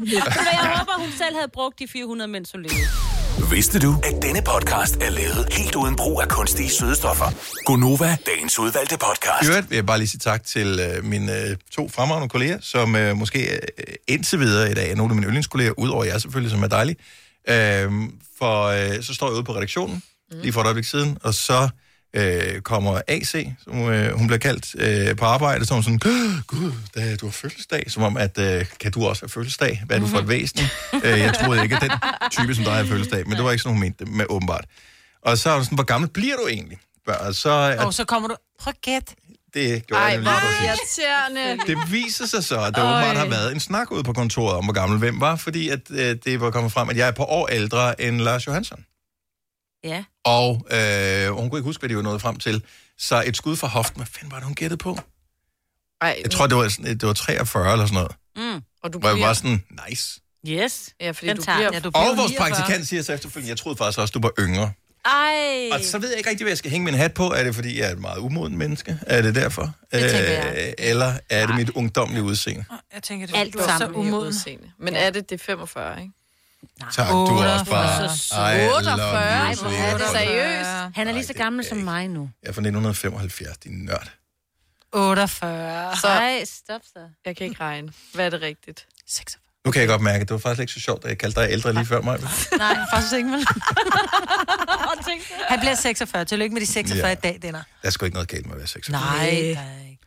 B: Men jeg håber, hun selv havde brugt de 400, mens hun levede.
F: Vidste du, at denne podcast er lavet helt uden brug af kunstige sødestoffer? Gonova, dagens udvalgte podcast.
A: I øvrigt vil jeg bare lige sige tak til øh, mine øh, to fremragende kolleger, som øh, måske øh, indtil videre i dag er nogle af mine yndlingskolleger, udover jer selvfølgelig, som er dejlige. Øh, for øh, så står jeg ude på redaktionen, mm. lige for et øjeblik siden, og så øh, kommer AC, som øh, hun bliver kaldt, øh, på arbejde, så er hun sådan, "Gud, gud, da du har fødselsdag, som om, at øh, kan du også have fødselsdag? Hvad er du for et væsen? øh, jeg troede ikke, at den type som dig har fødselsdag, men det var ikke sådan, hun mente det med åbenbart. Og så er hun sådan, hvor gammel bliver du egentlig? Og så, er,
C: Og så kommer du, prøv at gæt.
A: det gjorde
D: Ej,
A: jeg nemlig
D: hvor
A: præcis.
D: irriterende.
A: Det viser sig så, at der
D: Øj.
A: åbenbart har været en snak ude på kontoret om, hvor gammel hvem var, fordi at, øh, det var kommet frem, at jeg er på år ældre end Lars Johansson.
B: Ja.
A: Og øh, hun kunne ikke huske, hvad de var nået frem til. Så et skud fra hoften, hvad fanden var det, hun gættede på?
D: Ej,
A: Jeg tror, det var, sådan, det var 43 eller sådan noget.
B: Mm.
D: Og du
A: Hvor jeg
D: bliver...
A: var sådan, nice.
B: Yes.
D: Ja, fordi
B: Den
D: du
B: tager
D: bliver...
B: den. Ja, du
A: Og vores praktikant siger så efterfølgende, jeg troede faktisk også, du var yngre.
D: Øh.
B: Ej.
A: Og så ved jeg ikke rigtig, hvad jeg skal hænge min hat på. Er det, fordi jeg er et meget umoden menneske? Er det derfor?
D: Det tænker
A: jeg. Eller er det mit ungdomlige udseende?
C: Jeg tænker, det
D: er
C: Alt
D: Alt du er så
C: sammen.
D: umoden. Men er det det er 45, ikke?
A: Tak, du er også bare...
D: 48.
A: I love you,
D: 48. Ej, hvor er det
A: sweetie.
D: seriøst.
B: Han er lige så gammel
A: øh.
B: som mig nu.
A: Jeg er fra 1975, din nørd.
C: 48.
D: Så-
B: Nej, stop så.
D: Jeg kan ikke regne. Hvad er det rigtigt?
C: 46.
A: Nu kan jeg godt mærke, at det var faktisk ikke så sjovt, at jeg kaldte dig ældre lige før mig.
C: Nej, faktisk ikke, vel? Han bliver 46. Tillykke med de 46
A: Ja.
C: i dag, Denner.
A: Der er sgu ikke noget galt med at være 46.
B: Øh,
C: Nej, der er ikke.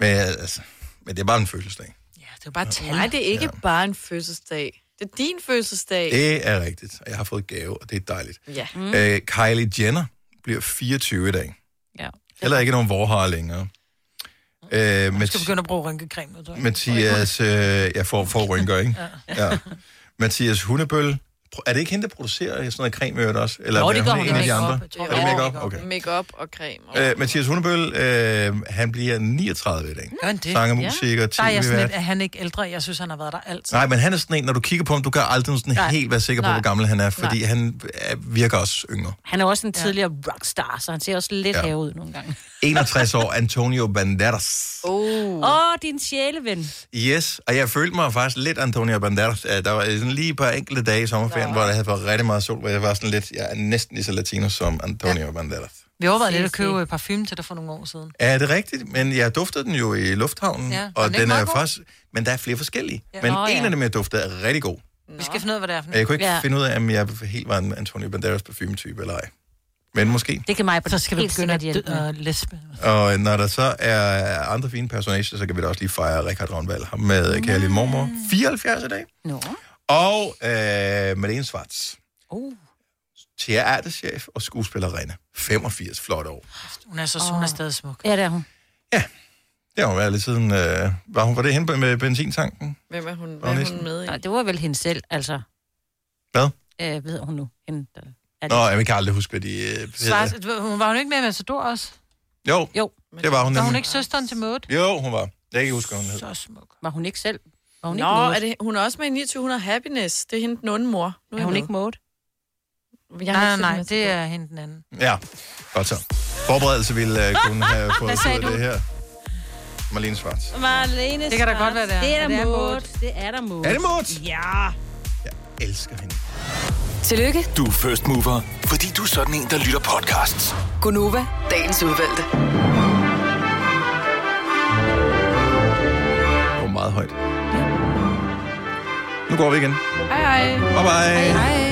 A: Men, altså, men det er bare en fødselsdag.
C: det er bare tal.
D: Nej, det er ikke ja. bare en fødselsdag. Det er din fødselsdag.
A: Det er rigtigt, og jeg har fået gave, og det er dejligt.
D: Ja.
A: Mm. Øh, Kylie Jenner bliver 24 i dag.
B: Ja.
A: Heller ikke nogen vorhar længere. Øh,
C: Du
A: Mat-
C: skal begynde at bruge rynkecreme. nu, tror jeg.
A: Mathias, øh, jeg får, får rynker, ikke?
C: Ja.
A: ja. Mathias Hundebøl. Pro- Er det ikke hende, der producerer sådan noget creme i øvrigt også? Eller
D: Nå,
A: er
D: det gør hun.
A: en af de
D: Make-up,
A: andre?
D: tror
A: Er
D: jeg.
A: det make-up? Okay.
D: Makeup og creme.
A: Øh, Mathias Hundebøl, øh, han bliver 39 i dag.
C: Gør han det?
A: Sanger, musiker,
C: Der er jeg sådan lidt,
A: tv-vært.
C: at han ikke ældre. Jeg synes, han har været der altid.
A: Nej, men han er sådan en, når du kigger på ham, du kan aldrig sådan
C: Nej.
A: helt være sikker på,
C: Nej.
A: hvor gammel han er, fordi
B: Nej.
A: han øh, virker også yngre.
B: Han er også en tidligere rockstar, så han ser også lidt
A: Ja.
B: ja. have ud nogle gange.
A: 61 år, Antonio Banderas.
C: Uh.
B: Åh, oh. oh, din sjæleven.
A: Yes, og jeg følte mig faktisk lidt Antonio Banderas. Øh, Der var sådan lige et par enkelte dage i sommerferien, hvor der havde været rigtig meget sol, hvor jeg var sådan lidt, jeg er næsten lige så latino som Antonio ja. Banderas.
C: Vi overvejede lidt at købe parfume til dig for nogle år siden.
A: Er det rigtigt? Men jeg duftede den jo i lufthavnen,
C: Ja,
A: ja,
C: var den
A: og
C: ikke
A: den er
C: meget god?
A: faktisk... Men der er flere forskellige.
C: Ja.
A: Ja. Men
C: Nå,
A: oh, en
C: ja.
A: af dem, jeg duftede, er rigtig god.
C: Vi skal finde ud af, hvad det er for
A: Jeg kunne ikke ja. finde ud af, om jeg helt var en Antonio Banderas parfumetype eller ej. Men måske.
B: Det kan mig på
C: Så skal vi
B: helt
C: begynde at
B: sikkert hjælpe
C: dø-
B: med.
C: og lesbe.
A: Og når der så er andre fine personager, så kan vi da også lige fejre Richard Ravnvald ham med mm. kærlig mormor. 74 i dag.
B: Nå.
A: Og øh, Malene Svarts,
B: Uh.
A: teaterchef og skuespillerinde. 85 flot år.
C: Hun er så oh. hun er stadig smuk.
B: Ja, det er hun.
A: Det har hun været lidt siden... Øh, var, hun, var det henne med benzintanken?
D: Hvem er hun,
A: Hvad er hun
D: med i?
B: Nej, det var vel hende selv, altså.
A: Hvad?
B: Øh, ved hun nu? Hende, der, er det?
A: Nå, jeg kan aldrig huske, hvad de... Øh,
C: Svars,
A: hedder.
C: hun var hun ikke med i Matador også?
A: jo,
B: jo,
A: det var hun
C: Var hun
A: nemlig.
C: ikke søsteren til Maud?
A: Jo, hun var. Jeg kan ikke huske, hvad hun hed.
C: Så smuk.
B: Var hun ikke selv? Var hun
D: Nå,
B: ikke Maud?
D: er det, hun er også med i 2900 Happiness. Det er hende den onde mor. Nu
B: Er hun
D: med.
B: ikke Maud?
D: Jeg har
C: Nej, nej,
D: ikke
C: nej,
D: set Matador.
C: det er hende den anden.
A: Ja, godt så. Forberedelse ville øh, kunne have fået
C: Hvad
A: ud af
C: sagde
A: det
C: du?
A: her. Marlene Svarts.
B: Marlene
C: Det kan da godt være, det er.
B: Det er
C: Det
B: der
C: er
B: Maud. Det er der Maud.
A: Er det Maud?
B: Ja.
A: Elsker hende.
E: Tillykke,
F: Du er first mover, fordi du er sådan en, der lytter podcasts.
E: Gunova, dagens udvalgte.
A: Det var meget højt. Nu går vi igen.
D: Hej, hej.
A: Bye bye.
D: Hej, hej.